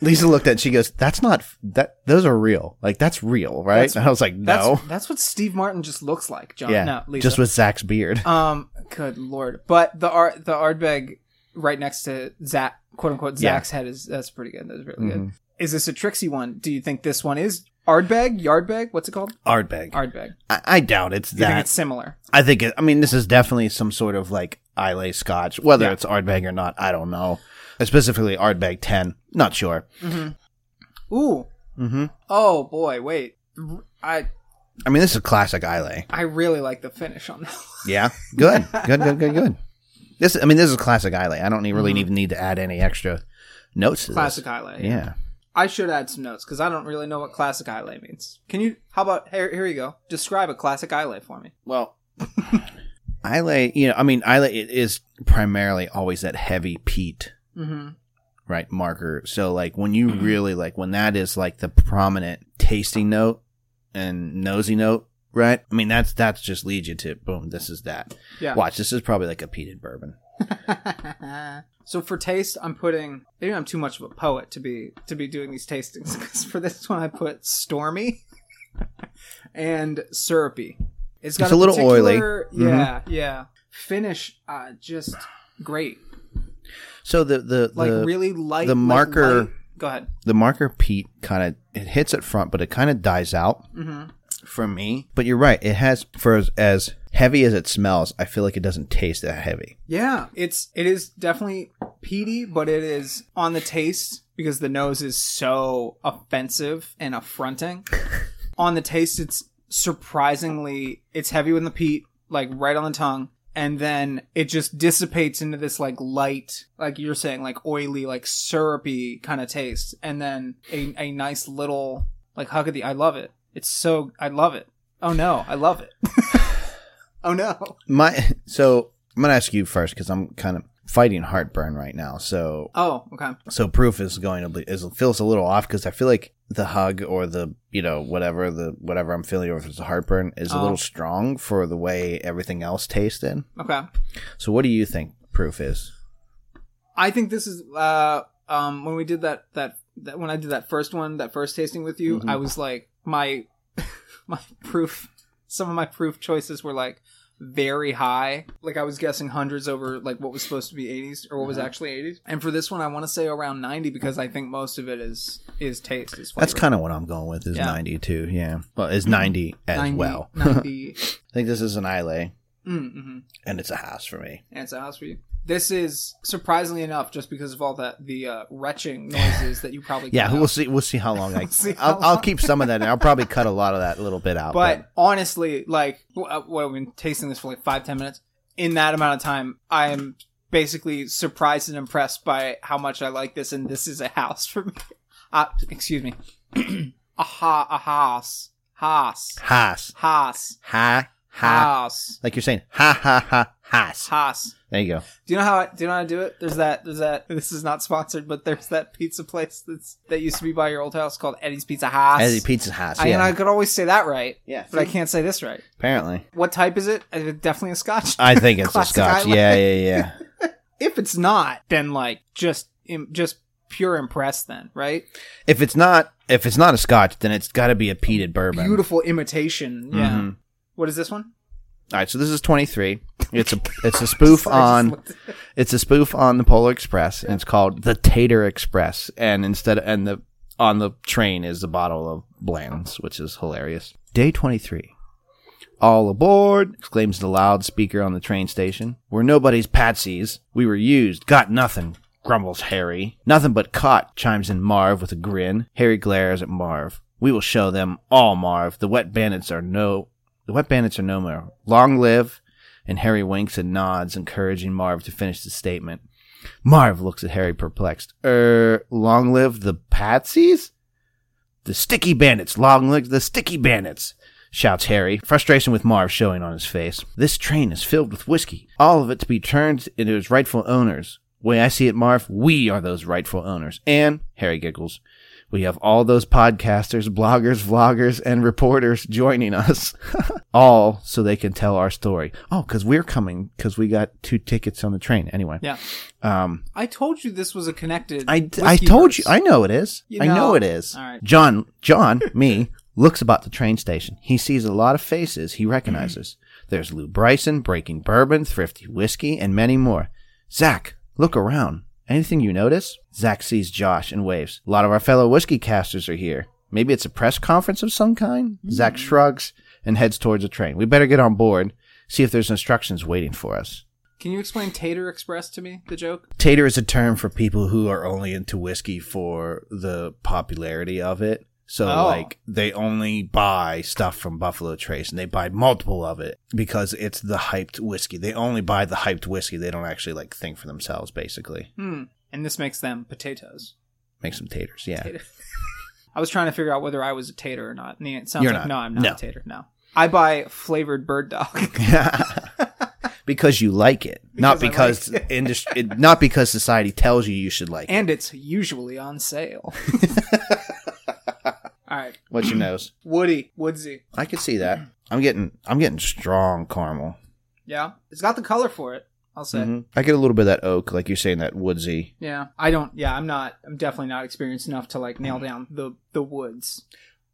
[SPEAKER 2] Lisa looked at it and she goes, "That's not f- that. Those are real. Like that's real, right?"
[SPEAKER 3] That's-
[SPEAKER 2] and I was like,
[SPEAKER 3] That's,
[SPEAKER 2] "No,
[SPEAKER 3] that's what Steve Martin just looks like, John.
[SPEAKER 2] yeah,
[SPEAKER 3] no, Lisa.
[SPEAKER 2] just with Zach's beard."
[SPEAKER 3] um, good lord. But the art, the Ardbeg right next to Zach, quote unquote,
[SPEAKER 2] Yeah. Mm-hmm.
[SPEAKER 3] Zach's head is that's pretty good. That's really good. Is this a tricksy one? Do you think this one is Ardbeg, Yardbeg? What's it called?
[SPEAKER 2] Ardbeg.
[SPEAKER 3] Ardbeg.
[SPEAKER 2] I-, I doubt it's
[SPEAKER 3] Do you think
[SPEAKER 2] that.
[SPEAKER 3] it's similar?
[SPEAKER 2] I think. It, I mean, this is definitely some sort of like Islay Scotch. Whether
[SPEAKER 3] Yeah.
[SPEAKER 2] it's Ardbeg or not, I don't know. Specifically, Ardbeg Ten. Not sure.
[SPEAKER 3] Ooh.
[SPEAKER 2] Mhm.
[SPEAKER 3] Oh boy, wait. I
[SPEAKER 2] I mean, this is classic Islay.
[SPEAKER 3] I really like the finish on that. one.
[SPEAKER 2] Yeah, good, good, good, good, good. This. I mean, this is classic Islay. I don't need, really even need to add any extra notes to
[SPEAKER 3] Mm-hmm. Classic
[SPEAKER 2] this.
[SPEAKER 3] highlight.
[SPEAKER 2] Yeah.
[SPEAKER 3] I should add some notes because I don't really know what classic highlight means. Can you? How about here? Here you go. Describe a classic highlight for me.
[SPEAKER 2] Well, Islay, you know, I mean, Islay it is primarily always that heavy peat,
[SPEAKER 3] Mm-hmm.
[SPEAKER 2] right, marker. So, like, when you really, like, when that is, like, the prominent tasting note and nosy note, right? I mean, that's, that's just leads you to, boom, this is that.
[SPEAKER 3] Yeah.
[SPEAKER 2] Watch, this is probably like a peated bourbon.
[SPEAKER 3] So for taste, I'm putting maybe I'm too much of a poet to be to be doing these tastings because for this one I put stormy and syrupy.
[SPEAKER 2] It's a little
[SPEAKER 3] particular-
[SPEAKER 2] oily. Mhm.
[SPEAKER 3] Yeah, yeah. Finish, uh, just great.
[SPEAKER 2] So the the
[SPEAKER 3] Like
[SPEAKER 2] the,
[SPEAKER 3] really light.
[SPEAKER 2] the
[SPEAKER 3] like
[SPEAKER 2] marker-
[SPEAKER 3] light- Go ahead.
[SPEAKER 2] the marker peat kind of it hits at front, but it kind of dies out for me. But you're right; it has for as, as heavy as it smells. I feel like it doesn't taste that heavy.
[SPEAKER 3] Yeah, it's it is definitely peaty, but it is on the taste because the nose is so offensive and affronting. on the taste, it's surprisingly it's heavy with the peat, like right on the tongue, and then it just dissipates into this like light, like you're saying, like oily, like syrupy kind of taste, and then a, a nice little like huckathy. I love it. It's so I love it. Oh no, I love it. oh no.
[SPEAKER 2] My so I'm gonna ask you first because I'm kind of fighting heartburn right now. So
[SPEAKER 3] Oh okay.
[SPEAKER 2] so proof is going to be is feels a little off because I feel like the hug or the you know whatever the whatever I'm feeling or if it's a heartburn is a
[SPEAKER 3] Oh.
[SPEAKER 2] little strong for the way everything else tasted.
[SPEAKER 3] Okay.
[SPEAKER 2] So what do you think proof is?
[SPEAKER 3] I think this is uh um when we did that that, that when I did that first one, that first tasting with you,
[SPEAKER 2] Mm-hmm.
[SPEAKER 3] I was like my my proof some of my proof choices were like very high. Like I was guessing hundreds over like what was supposed to be 80s or what
[SPEAKER 2] Mm-hmm.
[SPEAKER 3] was actually 80s. And for this one I want to say around 90 because I think most of it is is taste is
[SPEAKER 2] That's kind of what I'm going with is
[SPEAKER 3] Yeah.
[SPEAKER 2] 92. Yeah, well, is 90 as well. I
[SPEAKER 3] 90.
[SPEAKER 2] think this is an Islay,
[SPEAKER 3] mm-hmm.
[SPEAKER 2] and it's a house for me.
[SPEAKER 3] and it's a house for you. This is surprisingly enough just because of all that the uh, retching noises that you probably
[SPEAKER 2] Yeah,
[SPEAKER 3] cut out.
[SPEAKER 2] we'll see. We'll see how long I.
[SPEAKER 3] see how
[SPEAKER 2] I'll, I'll
[SPEAKER 3] long.
[SPEAKER 2] keep some of that, and I'll probably cut a lot of that little bit out.
[SPEAKER 3] But honestly, like, wh- uh, what I've been tasting this for like five, ten minutes. In that amount of time, I am basically surprised and impressed by how much I like this, and this is a house for me. Uh, excuse me. a, ha- a house. House.
[SPEAKER 2] Haas,
[SPEAKER 3] House.
[SPEAKER 2] ha ha,
[SPEAKER 3] House.
[SPEAKER 2] like you're saying ha ha ha Haas.
[SPEAKER 3] House.
[SPEAKER 2] There you go.
[SPEAKER 3] Do you know how I, do you know how I do it? There's that there's that this is not sponsored, but there's that pizza place that's that used to be by your old house called Eddie's Pizza House.
[SPEAKER 2] As pizza Haas.
[SPEAKER 3] I, and
[SPEAKER 2] Yeah,
[SPEAKER 3] I could always say that right,
[SPEAKER 2] yeah.
[SPEAKER 3] but I can't say this right.
[SPEAKER 2] Apparently,
[SPEAKER 3] What type is it? Uh, Definitely a Scotch.
[SPEAKER 2] I think it's a
[SPEAKER 3] Classic
[SPEAKER 2] Scotch.
[SPEAKER 3] Islay.
[SPEAKER 2] Yeah, yeah, yeah.
[SPEAKER 3] if it's not, then like just im- just pure impressed then, right?
[SPEAKER 2] if it's not, if it's not a Scotch, then it's got to be a peated bourbon.
[SPEAKER 3] Beautiful imitation. Yeah.
[SPEAKER 2] Mhm.
[SPEAKER 3] What is this one?
[SPEAKER 2] All right, so this is 23. It's a it's a spoof on.
[SPEAKER 3] I just looked-
[SPEAKER 2] It's a spoof on the Polar Express, and it's called the Tater Express. And instead, and the on the train is the bottle of Bland's, which is hilarious. Day twenty three. All aboard! exclaims the loudspeaker on the train station. We're nobody's patsies. We were used. Got nothing. Grumbles Harry. Nothing but caught. Chimes in Marv with a grin. Harry glares at Marv. We will show them all, Marv. The wet bandits are no. The wet bandits are no more. Long live and Harry winks and nods, encouraging Marv to finish the statement. Marv looks at Harry perplexed. Er, long live the Patsies? The sticky bandits, long live the sticky bandits, shouts Harry, frustration with Marv showing on his face. This train is filled with whiskey, all of it to be turned into its rightful owners. Way I see it, Marv, we are those rightful owners. And, Harry giggles, we have all those podcasters, bloggers, vloggers, and reporters joining us, all so they can tell our story. Oh, because we're coming, because we got two tickets on the train. Anyway,
[SPEAKER 3] yeah.
[SPEAKER 2] um,
[SPEAKER 3] I told you this was a connected.
[SPEAKER 2] I, I told you. I
[SPEAKER 3] Whiskeyverse.
[SPEAKER 2] know it is.
[SPEAKER 3] You
[SPEAKER 2] I know
[SPEAKER 3] know.
[SPEAKER 2] it is.
[SPEAKER 3] All right.
[SPEAKER 2] John, John, me, looks about the train station. He sees a lot of faces he recognizes. There's Lou Bryson, Breaking Bourbon, Thrifty Whiskey, and many more. Zach, look around. Anything you notice? Zach sees Josh and waves. A lot of our fellow whiskey casters are here. Maybe it's a press conference of some kind?
[SPEAKER 3] Hmm.
[SPEAKER 2] Zach shrugs and heads towards the train. We better get on board, see if there's instructions waiting for us.
[SPEAKER 3] Can you explain Tater Express to me? The joke.
[SPEAKER 2] Tater is a term for people who are only into whiskey for the popularity of it. So
[SPEAKER 3] Oh.
[SPEAKER 2] like they only buy stuff from Buffalo Trace and they buy multiple of it because it's the hyped whiskey. They only buy the hyped whiskey. They don't actually like think for themselves basically.
[SPEAKER 3] Hmm. And this makes them potatoes.
[SPEAKER 2] Make some taters. Yeah.
[SPEAKER 3] Tater. I was trying to figure out whether I was a tater or not. And it sounds
[SPEAKER 2] You're not.
[SPEAKER 3] like no, I'm not
[SPEAKER 2] No.
[SPEAKER 3] a tater. No. I buy flavored bird dog.
[SPEAKER 2] because you like it. not because
[SPEAKER 3] Because I like
[SPEAKER 2] industry not because society tells you you should like it.
[SPEAKER 3] and it's usually on sale. All right.
[SPEAKER 2] What's your nose?
[SPEAKER 3] Woody. Woodsy.
[SPEAKER 2] I could see that. I'm getting I'm getting strong caramel.
[SPEAKER 3] Yeah. It's got the color for it. I'll say.
[SPEAKER 2] Mhm. I get a little bit of that oak, like you're saying, that woodsy.
[SPEAKER 3] Yeah, I don't. Yeah, I'm not. I'm definitely not experienced enough to like
[SPEAKER 2] Mm-hmm.
[SPEAKER 3] nail down the the woods,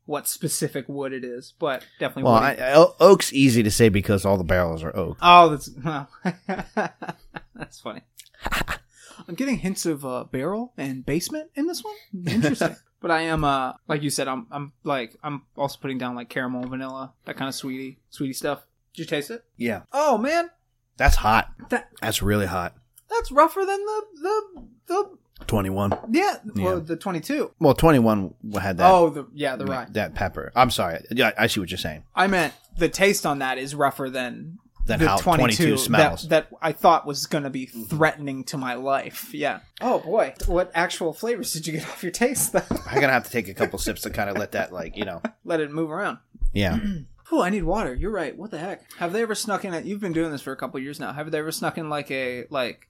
[SPEAKER 3] what specific wood it is, but definitely.
[SPEAKER 2] Well,
[SPEAKER 3] woody.
[SPEAKER 2] I, I, o- oak's easy to say because all the barrels are oak.
[SPEAKER 3] Oh, that's well, that's funny. I'm getting hints of uh, barrel and basement in this one. Interesting. but I am, uh, like you said, I'm, I'm like, I'm also putting down like caramel, vanilla, that kind of sweetie, sweetie stuff. Did you taste it?
[SPEAKER 2] Yeah,
[SPEAKER 3] Oh man,
[SPEAKER 2] that's hot.
[SPEAKER 3] That-
[SPEAKER 2] that's really hot.
[SPEAKER 3] that's rougher than the the the
[SPEAKER 2] Twenty-one.
[SPEAKER 3] yeah,
[SPEAKER 2] Yeah.
[SPEAKER 3] Well, the 22.
[SPEAKER 2] Well, twenty-one had that.
[SPEAKER 3] Oh, the yeah, the rye.
[SPEAKER 2] That pepper. I'm sorry. Yeah, I see what you're saying.
[SPEAKER 3] I meant the taste on that is rougher than
[SPEAKER 2] Than
[SPEAKER 3] the
[SPEAKER 2] how
[SPEAKER 3] 22,
[SPEAKER 2] 22 smells.
[SPEAKER 3] That, that I thought was going to be threatening to my life. Yeah. Mm-hmm. Oh boy, what actual flavors did you get off your taste though?
[SPEAKER 2] I'm gonna have to take a couple sips to kind of let that, like, you know.
[SPEAKER 3] Let it move around.
[SPEAKER 2] Yeah.
[SPEAKER 3] Oh, I need water. You're right. What the heck? Have they ever snuck in? A, you've been doing this for a couple years now. Have they ever snuck in like a like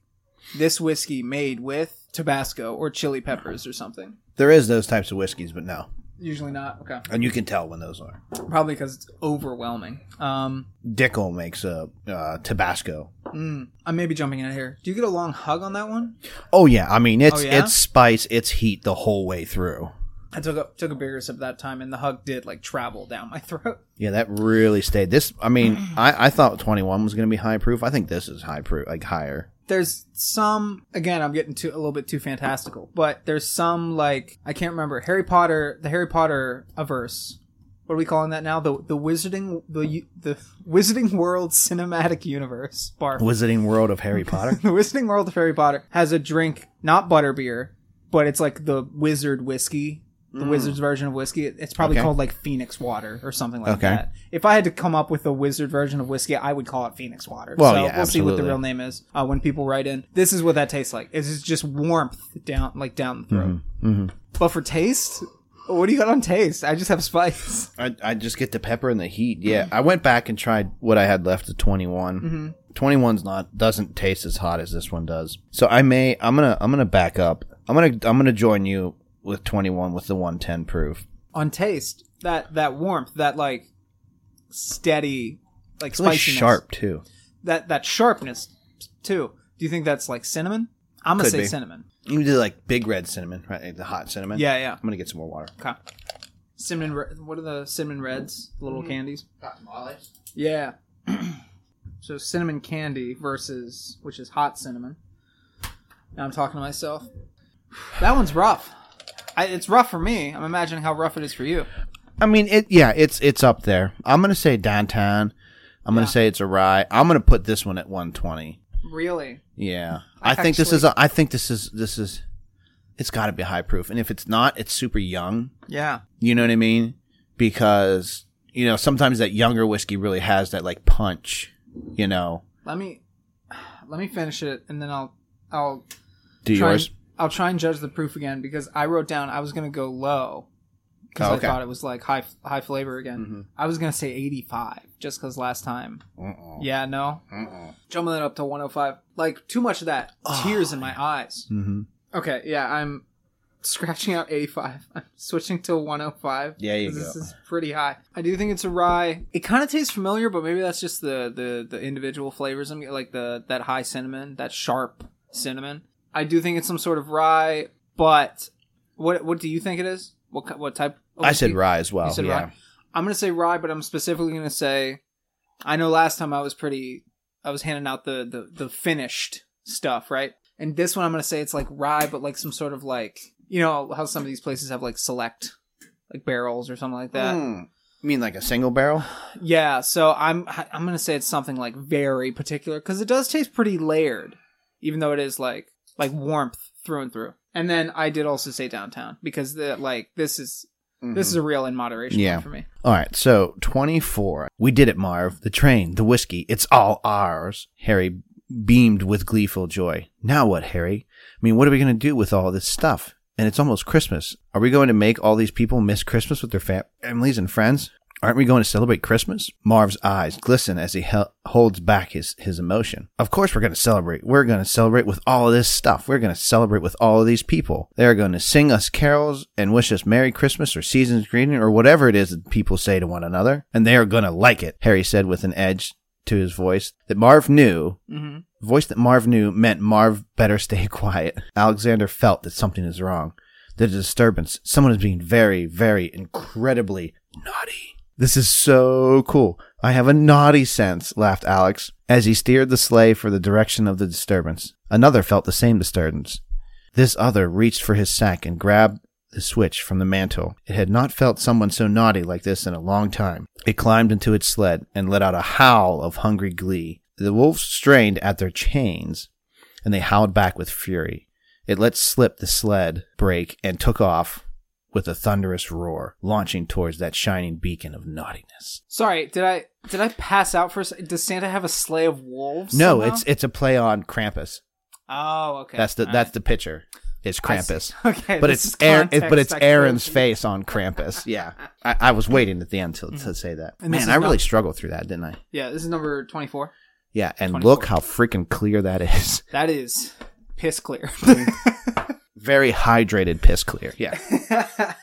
[SPEAKER 3] this whiskey made with Tabasco or chili peppers or something?
[SPEAKER 2] There is those types of whiskeys, but no.
[SPEAKER 3] Usually not. Okay.
[SPEAKER 2] And you can tell when those are.
[SPEAKER 3] Probably because it's overwhelming. Um,
[SPEAKER 2] Dickel makes a uh, Tabasco.
[SPEAKER 3] mm, I may be jumping in here. Do you get a long hug on that one?
[SPEAKER 2] Oh yeah, I mean it's
[SPEAKER 3] Oh, yeah?
[SPEAKER 2] it's spice, it's heat the whole way through.
[SPEAKER 3] I took a took a bigger sip that time, and the hug did like travel down my throat.
[SPEAKER 2] Yeah, that really stayed. This, I mean, I, I thought 21 was going to be high proof. I think this is high proof, like higher.
[SPEAKER 3] There's some again, I'm getting too a little bit too fantastical, but there's some like I can't remember Harry Potter, the Harry Potter averse. What are we calling that now? The the wizarding the u- the wizarding world cinematic universe. Barf.
[SPEAKER 2] Wizarding World of Harry Potter.
[SPEAKER 3] the Wizarding World of Harry Potter has a drink, not butterbeer, but it's like the wizard whiskey, the wizard's version of whiskey. It- It's probably
[SPEAKER 2] Mm. Okay.
[SPEAKER 3] called like Phoenix Water or something like
[SPEAKER 2] Okay.
[SPEAKER 3] that. If I had to come up with a wizard version of whiskey, I would call it Phoenix Water.
[SPEAKER 2] Well,
[SPEAKER 3] so
[SPEAKER 2] yeah,
[SPEAKER 3] we'll see what the
[SPEAKER 2] absolutely.
[SPEAKER 3] real name is uh, when people write in. This is what that tastes like. It's just- just warmth down, like down the throat.
[SPEAKER 2] Mm-hmm.
[SPEAKER 3] But for taste, what do you got on taste? I just have spice.
[SPEAKER 2] I, I just get the pepper and the heat. Yeah, I went back and tried what I had left of 21.
[SPEAKER 3] Mm-hmm.
[SPEAKER 2] 21's not doesn't taste as hot as this one does. So I may I'm gonna I'm gonna back up. I'm gonna I'm gonna join you with 21 with the 110 proof.
[SPEAKER 3] on taste, that that warmth, that like steady, like
[SPEAKER 2] It's really
[SPEAKER 3] spiciness.
[SPEAKER 2] sharp too.
[SPEAKER 3] that that sharpness too. Do you think that's like cinnamon? I'm gonna
[SPEAKER 2] Could
[SPEAKER 3] say
[SPEAKER 2] be.
[SPEAKER 3] cinnamon.
[SPEAKER 2] You do like big red cinnamon, right? The hot cinnamon.
[SPEAKER 3] Yeah, yeah.
[SPEAKER 2] I'm gonna get some more water.
[SPEAKER 3] Okay. Cinnamon. re- What are the cinnamon reds? The little candies. Yeah. so cinnamon candy versus which is hot cinnamon. Now I'm talking to myself. That one's rough. I, it's rough for me. I'm imagining how rough it is for you.
[SPEAKER 2] I mean, it. Yeah, it's it's up there. I'm gonna say downtown. I'm gonna
[SPEAKER 3] Yeah.
[SPEAKER 2] say it's a rye. I'm gonna put this one at 120.
[SPEAKER 3] Really.
[SPEAKER 2] Yeah, I, think this is. A, I think this is. This is. It's got to be high proof, and if it's not, it's super young.
[SPEAKER 3] Yeah.
[SPEAKER 2] You know what I mean? Because you know sometimes that younger whiskey really has that like punch. You know,
[SPEAKER 3] Let me. Let me finish it, and then I'll. I'll
[SPEAKER 2] do
[SPEAKER 3] try
[SPEAKER 2] yours.
[SPEAKER 3] And, I'll try and judge the proof again because I wrote down I was gonna go low because
[SPEAKER 2] Oh, Okay. Mm-hmm.
[SPEAKER 3] I thought it was like high high flavor again. I was gonna say 85 just because last time.
[SPEAKER 2] Oh.
[SPEAKER 3] Yeah, no, jumping that up to 105. Like too much of that. Tears in my eyes.
[SPEAKER 2] Mm-hmm.
[SPEAKER 3] Okay, yeah, I'm scratching out 85. I'm switching to 105.
[SPEAKER 2] There you
[SPEAKER 3] 'cause This
[SPEAKER 2] go.
[SPEAKER 3] is pretty high. I do think it's a rye. It kind of tastes familiar, but maybe that's just the the the individual flavors. I'm getting, like the that high cinnamon, that sharp cinnamon. I do think it's some sort of rye, but what what do you think it is? What ki- what type? of
[SPEAKER 2] I said
[SPEAKER 3] whiskey?
[SPEAKER 2] rye as well.
[SPEAKER 3] You said
[SPEAKER 2] yeah.
[SPEAKER 3] rye. I'm gonna say rye, but I'm specifically gonna say. I know last time I was pretty. I was handing out the the, the finished stuff, right? And this one I'm gonna say it's like rye, but like some sort of like you know how some of these places have like select like barrels or something like that.
[SPEAKER 2] Mm. You mean like a single barrel?
[SPEAKER 3] Yeah, so I'm I'm gonna say it's something like very particular because it does taste pretty layered, even though it is like like warmth through and through. And then I did also say downtown because the like this is this is a real in moderation
[SPEAKER 2] Mm-hmm. Yeah.
[SPEAKER 3] one for me.
[SPEAKER 2] All right, so 24. We did it, Marv. The train, the whiskey, it's all ours. Harry beamed with gleeful joy. Now what, Harry? I mean, what are we going to do with all this stuff? And it's almost Christmas. Are we going to make all these people miss Christmas with their fam- families and friends? Aren't we going to celebrate Christmas? Marv's eyes glisten as he hel- holds back his, his emotion. Of course, we're going to celebrate. We're going to celebrate with all of this stuff. We're going to celebrate with all of these people. They're going to sing us carols and wish us Merry Christmas or Season's Greeting or whatever it is that people say to one another. And they're going to like it, Harry said with an edge to his voice that Marv knew
[SPEAKER 3] Mm-hmm.
[SPEAKER 2] The voice that Marv knew meant Marv better stay quiet. Alexander felt that something is wrong. There's a disturbance. Someone is being very, very, incredibly naughty. This is so cool. I have a naughty sense, laughed Alex, as he steered the sleigh for the direction of the disturbance. Another felt the same disturbance. This other reached for his sack and grabbed the switch from the mantle. It had not felt someone so naughty like this in a long time. It climbed into its sled and let out a howl of hungry glee. The wolves strained at their chains, and they howled back with fury. It let slip the sled brake and took off with a thunderous roar, launching towards that shining beacon of naughtiness.
[SPEAKER 3] Sorry, did I did I pass out for? A, se- does Santa have a sleigh of wolves?
[SPEAKER 2] No,
[SPEAKER 3] somehow?
[SPEAKER 2] it's it's a play on Krampus.
[SPEAKER 3] oh okay.
[SPEAKER 2] That's the
[SPEAKER 3] All
[SPEAKER 2] that's
[SPEAKER 3] right.
[SPEAKER 2] the picture. It's
[SPEAKER 3] I see.
[SPEAKER 2] Krampus.
[SPEAKER 3] Okay,
[SPEAKER 2] but
[SPEAKER 3] this
[SPEAKER 2] it's
[SPEAKER 3] is
[SPEAKER 2] Aaron, it- but
[SPEAKER 3] context,
[SPEAKER 2] it's Aaron's
[SPEAKER 3] actually.
[SPEAKER 2] face on Krampus. Yeah, I, I was waiting at the end to, to say that.
[SPEAKER 3] And this
[SPEAKER 2] Man,
[SPEAKER 3] is
[SPEAKER 2] I really
[SPEAKER 3] not-
[SPEAKER 2] struggled through that, didn't I?
[SPEAKER 3] Yeah, this is number twenty four.
[SPEAKER 2] Yeah, and
[SPEAKER 3] 24.
[SPEAKER 2] look how freaking clear that is.
[SPEAKER 3] That is piss clear.
[SPEAKER 2] Hmm. Very hydrated, piss clear. Yeah,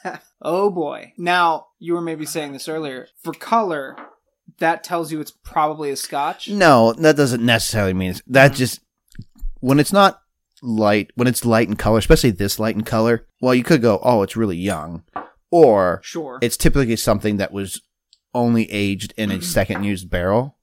[SPEAKER 3] oh boy. Now, you were maybe saying this earlier. For color, that tells you it's probably a scotch.
[SPEAKER 2] no, that doesn't necessarily mean it's,
[SPEAKER 3] Mm.
[SPEAKER 2] that. Just when it's not light, when it's light in color, especially this light in color. Well, you could go, oh, it's really young, or
[SPEAKER 3] Sure.
[SPEAKER 2] it's typically something that was only aged in a second used barrel.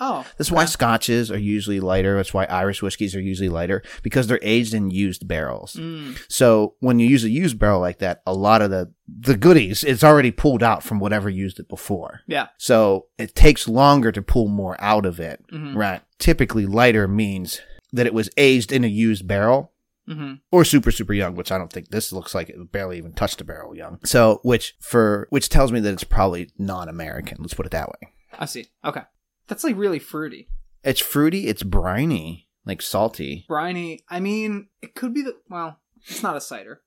[SPEAKER 3] oh.
[SPEAKER 2] That's why scotches are usually lighter. That's why Irish whiskeys are usually lighter because they're aged in used barrels.
[SPEAKER 3] Mm,
[SPEAKER 2] So when you use a used barrel like that, a lot of the, the goodies, it's already pulled out from whatever used it before.
[SPEAKER 3] yeah.
[SPEAKER 2] So it takes longer to pull more out of it.
[SPEAKER 3] Mhm.
[SPEAKER 2] Right. Typically lighter means that it was aged in a used barrel
[SPEAKER 3] hmm
[SPEAKER 2] or super super young, which I don't think this looks like it barely even touched a barrel young. So which for which tells me that it's probably non-American. Let's put it that way.
[SPEAKER 3] I see. Okay. That's like really fruity.
[SPEAKER 2] It's fruity. It's briny, like salty.
[SPEAKER 3] Briny. I mean, it could be the. Well, it's not a cider.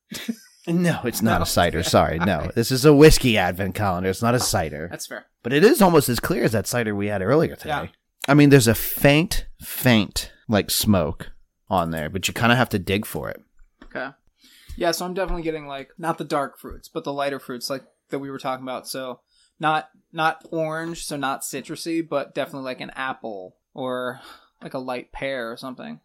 [SPEAKER 2] No, it's not
[SPEAKER 3] No.
[SPEAKER 2] a cider. Sorry, no. This is a whiskey advent calendar. It's not a cider,
[SPEAKER 3] That's fair.
[SPEAKER 2] but it is almost as clear as that cider we had earlier today.
[SPEAKER 3] Yeah.
[SPEAKER 2] I mean, there's a faint, faint like smoke on there, but you kind of have to dig for it.
[SPEAKER 3] Okay. Yeah, so I'm definitely getting like not the dark fruits, but the lighter fruits like that we were talking about. So not not orange, so not citrusy, but definitely like an apple or like a light pear or something.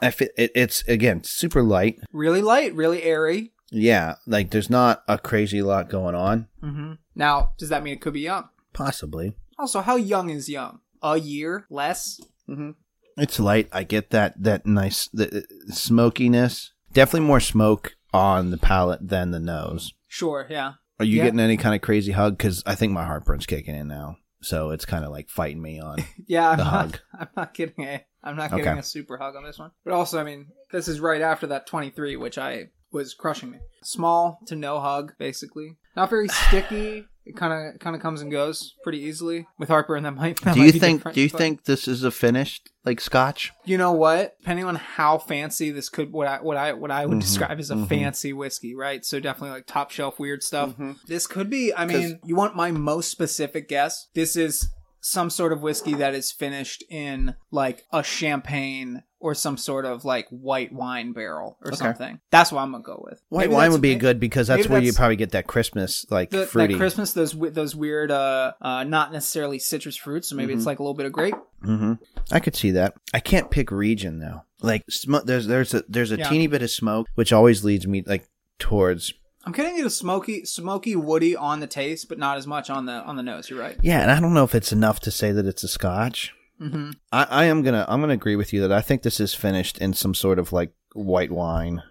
[SPEAKER 2] I fi- it it's again super light.
[SPEAKER 3] Really light, really airy.
[SPEAKER 2] Yeah, like there's not a crazy lot going on.
[SPEAKER 3] Mm-hmm. Now, does that mean it could be young?
[SPEAKER 2] Possibly,
[SPEAKER 3] Also, how young is young? A year less? Mm-hmm.
[SPEAKER 2] it's light. I get that that nice the, the smokiness. Definitely more smoke on the palate than the nose.
[SPEAKER 3] Sure. Yeah.
[SPEAKER 2] Are you
[SPEAKER 3] Yeah.
[SPEAKER 2] getting any kind of crazy hug? Because I think my heartburn's kicking in now, so it's kind of like fighting me on.
[SPEAKER 3] Yeah. I'm
[SPEAKER 2] The
[SPEAKER 3] not,
[SPEAKER 2] hug.
[SPEAKER 3] I'm not getting a. I'm not getting
[SPEAKER 2] Okay.
[SPEAKER 3] a super hug on this one. But also, I mean, this is right after that 23, which I was crushing me. Small to no hug, basically. Not very sticky. It kind of kind of comes and goes pretty easily with heartburn. That might. That
[SPEAKER 2] do
[SPEAKER 3] might
[SPEAKER 2] you
[SPEAKER 3] be
[SPEAKER 2] think?
[SPEAKER 3] different,
[SPEAKER 2] Do you
[SPEAKER 3] but-
[SPEAKER 2] think this is a finished like Scotch?
[SPEAKER 3] You know what? Depending on how fancy this could, what I what I what I would
[SPEAKER 2] Mhm,
[SPEAKER 3] describe as a
[SPEAKER 2] mhm.
[SPEAKER 3] fancy whiskey, right? So definitely like top shelf weird stuff. This could be. I mean, you want my most specific guess? This is some sort of whiskey that is finished in like a champagne or some sort of like white wine barrel or
[SPEAKER 2] Okay.
[SPEAKER 3] something. That's what I'm gonna go with.
[SPEAKER 2] White
[SPEAKER 3] Maybe
[SPEAKER 2] wine
[SPEAKER 3] that's-
[SPEAKER 2] would be
[SPEAKER 3] may-
[SPEAKER 2] good because that's
[SPEAKER 3] maybe
[SPEAKER 2] where you
[SPEAKER 3] that's-
[SPEAKER 2] probably get that Christmas like
[SPEAKER 3] The,
[SPEAKER 2] fruity.
[SPEAKER 3] that Christmas, those wi- those weird, uh, uh, not necessarily citrus fruits. So maybe
[SPEAKER 2] Mm-hmm.
[SPEAKER 3] it's like a little bit of grape.
[SPEAKER 2] hmm I could see that. I can't pick region though. Like sm- there's there's a there's a
[SPEAKER 3] Yeah.
[SPEAKER 2] teeny bit of smoke, which always leads me like towards
[SPEAKER 3] I'm getting it a smoky, smoky, woody on the taste, but not as much on the on the nose. You're right.
[SPEAKER 2] yeah. And I don't know if it's enough to say that it's a Scotch.
[SPEAKER 3] Mm-hmm.
[SPEAKER 2] I, I am gonna I'm gonna agree with you that I think this is finished in some sort of like white wine,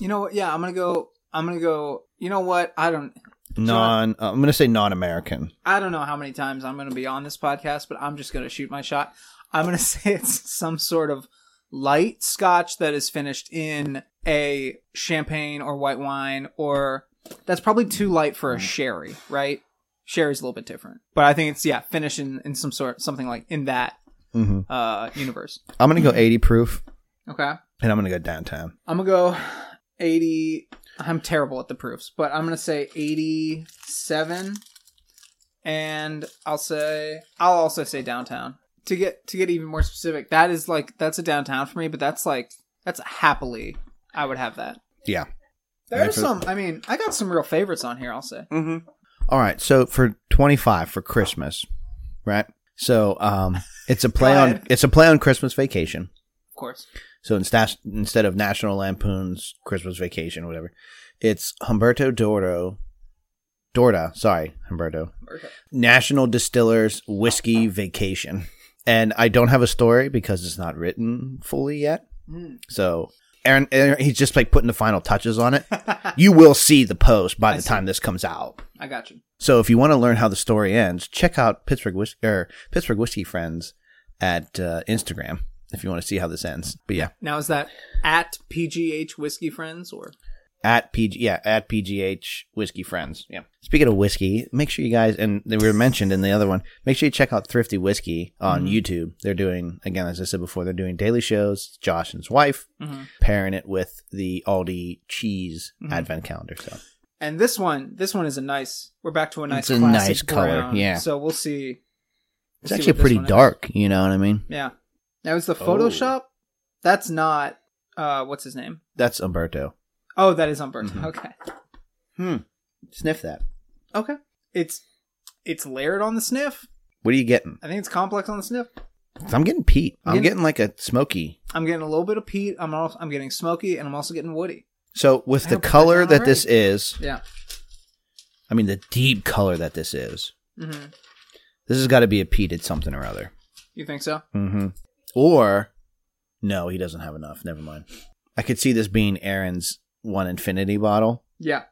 [SPEAKER 3] You know what? Yeah, I'm gonna go. I'm gonna go. You know what? I don't.
[SPEAKER 2] non. uh, I'm gonna say non-American.
[SPEAKER 3] I don't know how many times I'm going to be on this podcast, but I'm just going to shoot my shot. I'm going to say it's some sort of light scotch that is finished in a champagne or white wine, or that's probably too light for a sherry, right? Sherry's a little bit different, but I think it's yeah, finished in, in some sort something like in that
[SPEAKER 2] Mm-hmm.
[SPEAKER 3] uh universe.
[SPEAKER 2] I'm gonna go 80 proof,
[SPEAKER 3] Okay,
[SPEAKER 2] and I'm gonna go downtown.
[SPEAKER 3] I'm gonna go eighty. I'm terrible at the proofs, but I'm gonna say eighty-seven, and I'll say I'll also say downtown to get to get even more specific. That is like that's a downtown for me, but that's like that's happily I would have that.
[SPEAKER 2] Yeah.
[SPEAKER 3] There are
[SPEAKER 2] Right for-
[SPEAKER 3] some. I mean, I got some real favorites on here. I'll say.
[SPEAKER 2] Mm-hmm. All right. So for 25 for Christmas, right? So um, it's a play on
[SPEAKER 3] ahead.
[SPEAKER 2] it's a play on Christmas Vacation.
[SPEAKER 3] course.
[SPEAKER 2] So instead instead of National Lampoon's Christmas Vacation, whatever, it's Humberto Dordo, Dorda. Sorry, Humberto. National Distillers Whiskey Vacation. And I don't have a story because it's not written fully yet.
[SPEAKER 3] Mm.
[SPEAKER 2] So Aaron, Aaron he's just like putting the final touches on it. you will see the post by
[SPEAKER 3] I
[SPEAKER 2] the
[SPEAKER 3] see.
[SPEAKER 2] time this comes out.
[SPEAKER 3] I got you.
[SPEAKER 2] So if you want to learn how the story ends, check out Pittsburgh Whis- or Pittsburgh Whiskey Friends at uh, Instagram if you want to see how this ends. But yeah,
[SPEAKER 3] Now is that at PGH Whiskey Friends or
[SPEAKER 2] at PG yeah at PGH Whiskey Friends. Yeah. Speaking of whiskey, make sure you guys and they were mentioned in the other one. Make sure you check out Thrifty Whiskey on
[SPEAKER 3] Mm-hmm.
[SPEAKER 2] YouTube. They're doing again as I said before, they're doing daily shows. Josh and his wife
[SPEAKER 3] Mm-hmm.
[SPEAKER 2] pairing it with the Aldi cheese advent calendar. So
[SPEAKER 3] And this one, this one is a nice. We're back to a nice.
[SPEAKER 2] It's a
[SPEAKER 3] classic
[SPEAKER 2] nice color,
[SPEAKER 3] brown,
[SPEAKER 2] yeah.
[SPEAKER 3] So we'll see.
[SPEAKER 2] it's
[SPEAKER 3] we'll see
[SPEAKER 2] actually
[SPEAKER 3] what this
[SPEAKER 2] pretty
[SPEAKER 3] one is.
[SPEAKER 2] dark. You know what I mean?
[SPEAKER 3] Yeah. Now is the
[SPEAKER 2] Oh.
[SPEAKER 3] Photoshop. That's not. Uh, what's his name?
[SPEAKER 2] That's Umberto.
[SPEAKER 3] Oh, that is Umberto.
[SPEAKER 2] Mhm.
[SPEAKER 3] Okay.
[SPEAKER 2] Hmm. Sniff that.
[SPEAKER 3] Okay. It's it's layered on the sniff.
[SPEAKER 2] What are you getting?
[SPEAKER 3] I think it's complex on the sniff.
[SPEAKER 2] I'm getting peat. I'm
[SPEAKER 3] Yeah.
[SPEAKER 2] getting like a smoky.
[SPEAKER 3] I'm getting a little bit of peat. I'm also I'm getting smoky, and I'm also getting woody.
[SPEAKER 2] So with
[SPEAKER 3] I
[SPEAKER 2] the
[SPEAKER 3] hope I
[SPEAKER 2] color
[SPEAKER 3] got it
[SPEAKER 2] that this is,
[SPEAKER 3] Yeah.
[SPEAKER 2] I mean the deep color that this is,
[SPEAKER 3] hmm
[SPEAKER 2] this has got to be a peated something or other.
[SPEAKER 3] You think so?
[SPEAKER 2] Mm-hmm. Or no, he doesn't have enough. Never mind. I could see this being Aaron's one infinity bottle,
[SPEAKER 3] Yeah.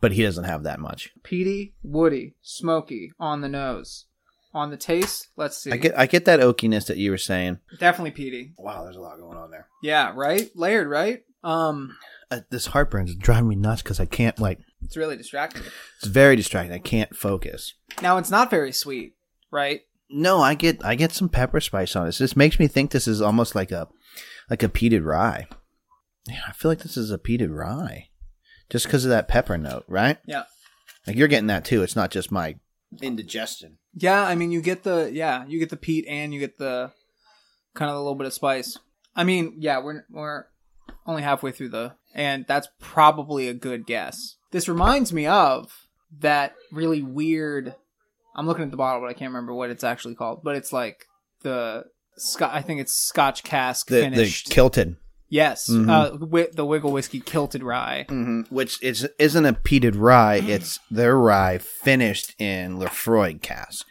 [SPEAKER 2] but he doesn't have that much.
[SPEAKER 3] Peaty, woody, smoky on the nose. On the taste, let's see.
[SPEAKER 2] I get I get that oakiness that you were saying.
[SPEAKER 3] Definitely peaty.
[SPEAKER 2] Wow, there's a lot going on there.
[SPEAKER 3] Yeah, right? Layered, right? Um,
[SPEAKER 2] Uh, this heartburn's driving me nuts because I can't like.
[SPEAKER 3] it's really distracting.
[SPEAKER 2] It's very distracting. I can't focus.
[SPEAKER 3] Now it's not very sweet, right?
[SPEAKER 2] No, I get I get some pepper spice on this. This makes me think this is almost like a like a peated rye. Yeah, I feel like this is a peated rye, just because of that pepper note, right?
[SPEAKER 3] Yeah.
[SPEAKER 2] Like you're getting that too. It's not just my indigestion.
[SPEAKER 3] Yeah, I mean you get the yeah, you get the peat and you get the kind of a little bit of spice. I mean, yeah, we're we're only halfway through the and that's probably a good guess. This reminds me of that really weird I'm looking at the bottle but I can't remember what it's actually called, but it's like the Scot- I think it's Scotch cask
[SPEAKER 2] The
[SPEAKER 3] finished.
[SPEAKER 2] the kilted,
[SPEAKER 3] yes,
[SPEAKER 2] Mhm.
[SPEAKER 3] uh, wi- the Wiggle whiskey kilted rye.
[SPEAKER 2] mm-hmm. which is isn't a peated rye.
[SPEAKER 3] Mm-hmm.
[SPEAKER 2] It's their rye finished in Lefroy cask,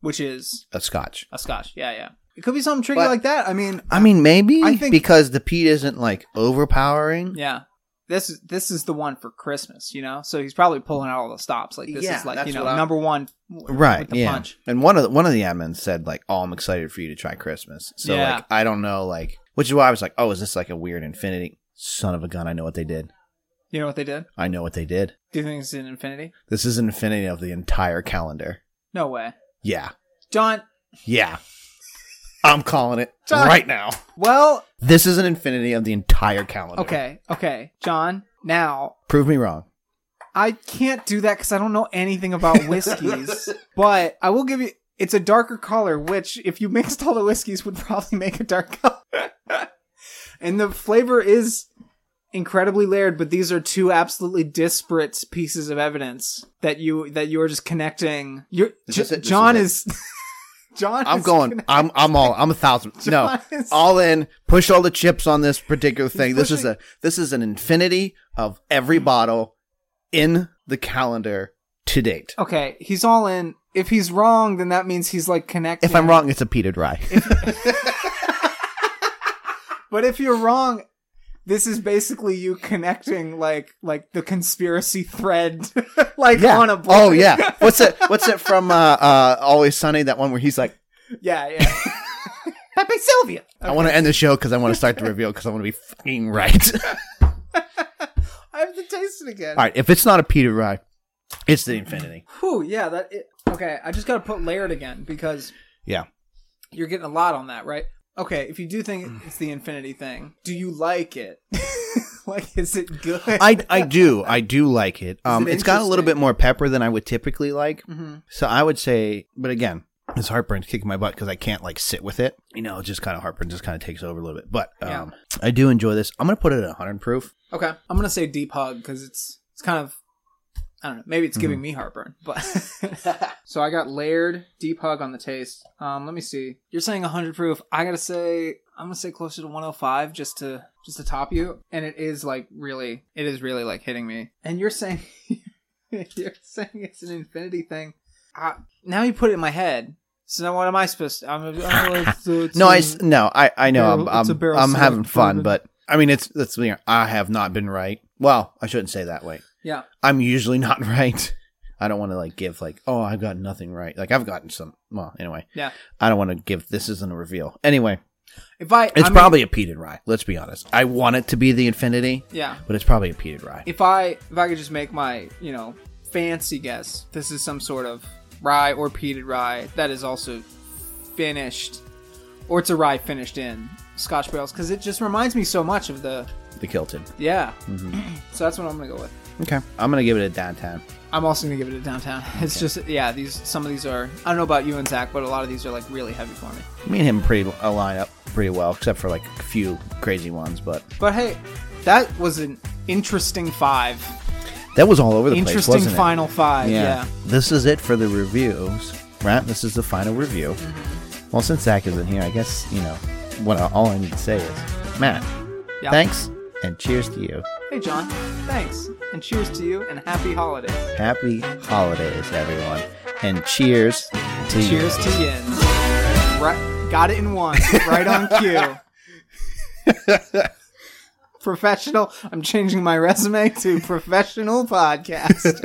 [SPEAKER 3] which is
[SPEAKER 2] a Scotch.
[SPEAKER 3] a scotch. Yeah, yeah. It could be something tricky
[SPEAKER 2] But-
[SPEAKER 3] like that. I mean,
[SPEAKER 2] I mean, maybe
[SPEAKER 3] I think-
[SPEAKER 2] because the peat isn't like overpowering.
[SPEAKER 3] yeah. This is this is the one for Christmas, you know. So he's probably pulling out all the stops. Like this
[SPEAKER 2] Yeah,
[SPEAKER 3] is like
[SPEAKER 2] that's
[SPEAKER 3] you know
[SPEAKER 2] what I'm-
[SPEAKER 3] number one,
[SPEAKER 2] right
[SPEAKER 3] With the
[SPEAKER 2] yeah
[SPEAKER 3] punch.
[SPEAKER 2] and one of the, one of the admins said like oh i'm excited for you to try christmas so
[SPEAKER 3] Yeah.
[SPEAKER 2] like i don't know like which is why i was like oh is this like a weird infinity son of a gun i know what they did
[SPEAKER 3] You know what they did?
[SPEAKER 2] i know what they did
[SPEAKER 3] Do you think it's an infinity?
[SPEAKER 2] this is an infinity of the entire calendar
[SPEAKER 3] No way,
[SPEAKER 2] yeah
[SPEAKER 3] John.
[SPEAKER 2] yeah i'm calling it
[SPEAKER 3] John-
[SPEAKER 2] right now
[SPEAKER 3] Well,
[SPEAKER 2] this is an infinity of the entire calendar
[SPEAKER 3] okay, okay, John. Now
[SPEAKER 2] prove me wrong
[SPEAKER 3] I can't do that because I don't know anything about whiskeys. but I will give you. It's a darker color, which if you mixed all the whiskeys would probably make a dark color. and the flavor is incredibly layered, but these are two absolutely disparate pieces of evidence that you that you are just connecting. You're
[SPEAKER 2] This
[SPEAKER 3] J-
[SPEAKER 2] is it, this
[SPEAKER 3] John
[SPEAKER 2] is
[SPEAKER 3] is, John.
[SPEAKER 2] i'm
[SPEAKER 3] is
[SPEAKER 2] going
[SPEAKER 3] connect-
[SPEAKER 2] i'm i'm all i'm a thousand no
[SPEAKER 3] John is-
[SPEAKER 2] all in push all the chips on this particular thing this is
[SPEAKER 3] pushing- Mm.
[SPEAKER 2] a this is an infinity of every bottle in the calendar to date
[SPEAKER 3] okay, he's all in. If he's wrong, then that means he's like connecting.
[SPEAKER 2] if i'm wrong it's a peated rye
[SPEAKER 3] But if you're wrong, this is basically you connecting like like the conspiracy thread, like
[SPEAKER 2] yeah
[SPEAKER 3] on a board.
[SPEAKER 2] oh yeah what's it what's it from uh uh always sunny that one where he's like
[SPEAKER 3] yeah, yeah. Pepe Sylvia.
[SPEAKER 2] i want to end the show because i want to start the reveal because i want to be fucking right all
[SPEAKER 3] I have to taste it again.
[SPEAKER 2] right if it's not a peated rye it's the infinity
[SPEAKER 3] Whew, yeah. That it, okay. I just gotta put layered again because
[SPEAKER 2] yeah
[SPEAKER 3] you're getting a lot on that, right? Okay, if you do think it's the infinity thing, do you like it? like, is it good?
[SPEAKER 2] I, I do I do like it. Um,
[SPEAKER 3] it
[SPEAKER 2] it's got a little
[SPEAKER 3] interesting?
[SPEAKER 2] bit more pepper than I would typically like.
[SPEAKER 3] Mhm.
[SPEAKER 2] So I would say, but again, this heartburn's kicking my butt because I can't like sit with it. You know, it's just kind of heartburn just kind of takes over a little bit. But um, I do enjoy this. I'm gonna put it at 100 proof.
[SPEAKER 3] Okay, I'm gonna say deep hug because it's it's kind of I don't know. Maybe it's giving
[SPEAKER 2] Mm-hmm.
[SPEAKER 3] me heartburn, but so I got layered deep hug on the taste. Um, let me see. You're saying 100 proof. I gotta say I'm gonna say closer to 105 just to just to top you, and it is like really, it is really like hitting me. And you're saying you're saying it's an infinity thing. I, now you put it in my head. So now what am I supposed to? I'm, I'm gonna- so it's
[SPEAKER 2] No, I
[SPEAKER 3] a-
[SPEAKER 2] s- no, I I know
[SPEAKER 3] barrel-
[SPEAKER 2] I'm
[SPEAKER 3] it's a
[SPEAKER 2] I'm,
[SPEAKER 3] barrel
[SPEAKER 2] I'm
[SPEAKER 3] select
[SPEAKER 2] having fun,
[SPEAKER 3] bourbon.
[SPEAKER 2] but I mean it's that's you know, I have not been right. Well, I shouldn't say that way.
[SPEAKER 3] yeah.
[SPEAKER 2] I'm usually not right. I don't want to like give like oh I've gotten nothing right. Like I've gotten some. Well, anyway,
[SPEAKER 3] Yeah.
[SPEAKER 2] I don't want to give this isn't a reveal. Anyway,
[SPEAKER 3] If I, I
[SPEAKER 2] it's
[SPEAKER 3] mean,
[SPEAKER 2] probably a peated rye. Let's be honest. I want it to be the infinity,
[SPEAKER 3] yeah.
[SPEAKER 2] but it's probably a peated rye.
[SPEAKER 3] If I if I could just make my you know fancy guess, this is some sort of rye or peated rye that is also finished, or it's a rye finished in Scotch barrels because it just reminds me so much of the
[SPEAKER 2] the Kilton.
[SPEAKER 3] yeah.
[SPEAKER 2] Mm-hmm.
[SPEAKER 3] so that's what I'm gonna go with.
[SPEAKER 2] Okay, I'm gonna give it a downtown.
[SPEAKER 3] I'm also gonna give it a downtown. It's just yeah, these some of these are I don't know about you and Zach, but a lot of these are like really heavy for me.
[SPEAKER 2] Me and him pretty align up pretty well, except for like a few crazy ones. But
[SPEAKER 3] But hey, that was an interesting five.
[SPEAKER 2] that was all over the place,
[SPEAKER 3] Interesting
[SPEAKER 2] wasn't it?
[SPEAKER 3] final five. Yeah.
[SPEAKER 2] This is it for the reviews, right? This is the final review.
[SPEAKER 3] Mm-hmm.
[SPEAKER 2] Well, since Zach isn't here, I guess, you know, what I, all I need to say is, Matt,
[SPEAKER 3] Yeah.
[SPEAKER 2] thanks and cheers to you.
[SPEAKER 3] Hey John, thanks and cheers to you and happy holidays.
[SPEAKER 2] Happy holidays, everyone. And cheers to you.
[SPEAKER 3] Cheers to Yins. Right, got it in one, right on cue. professional. I'm changing my resume to professional podcast.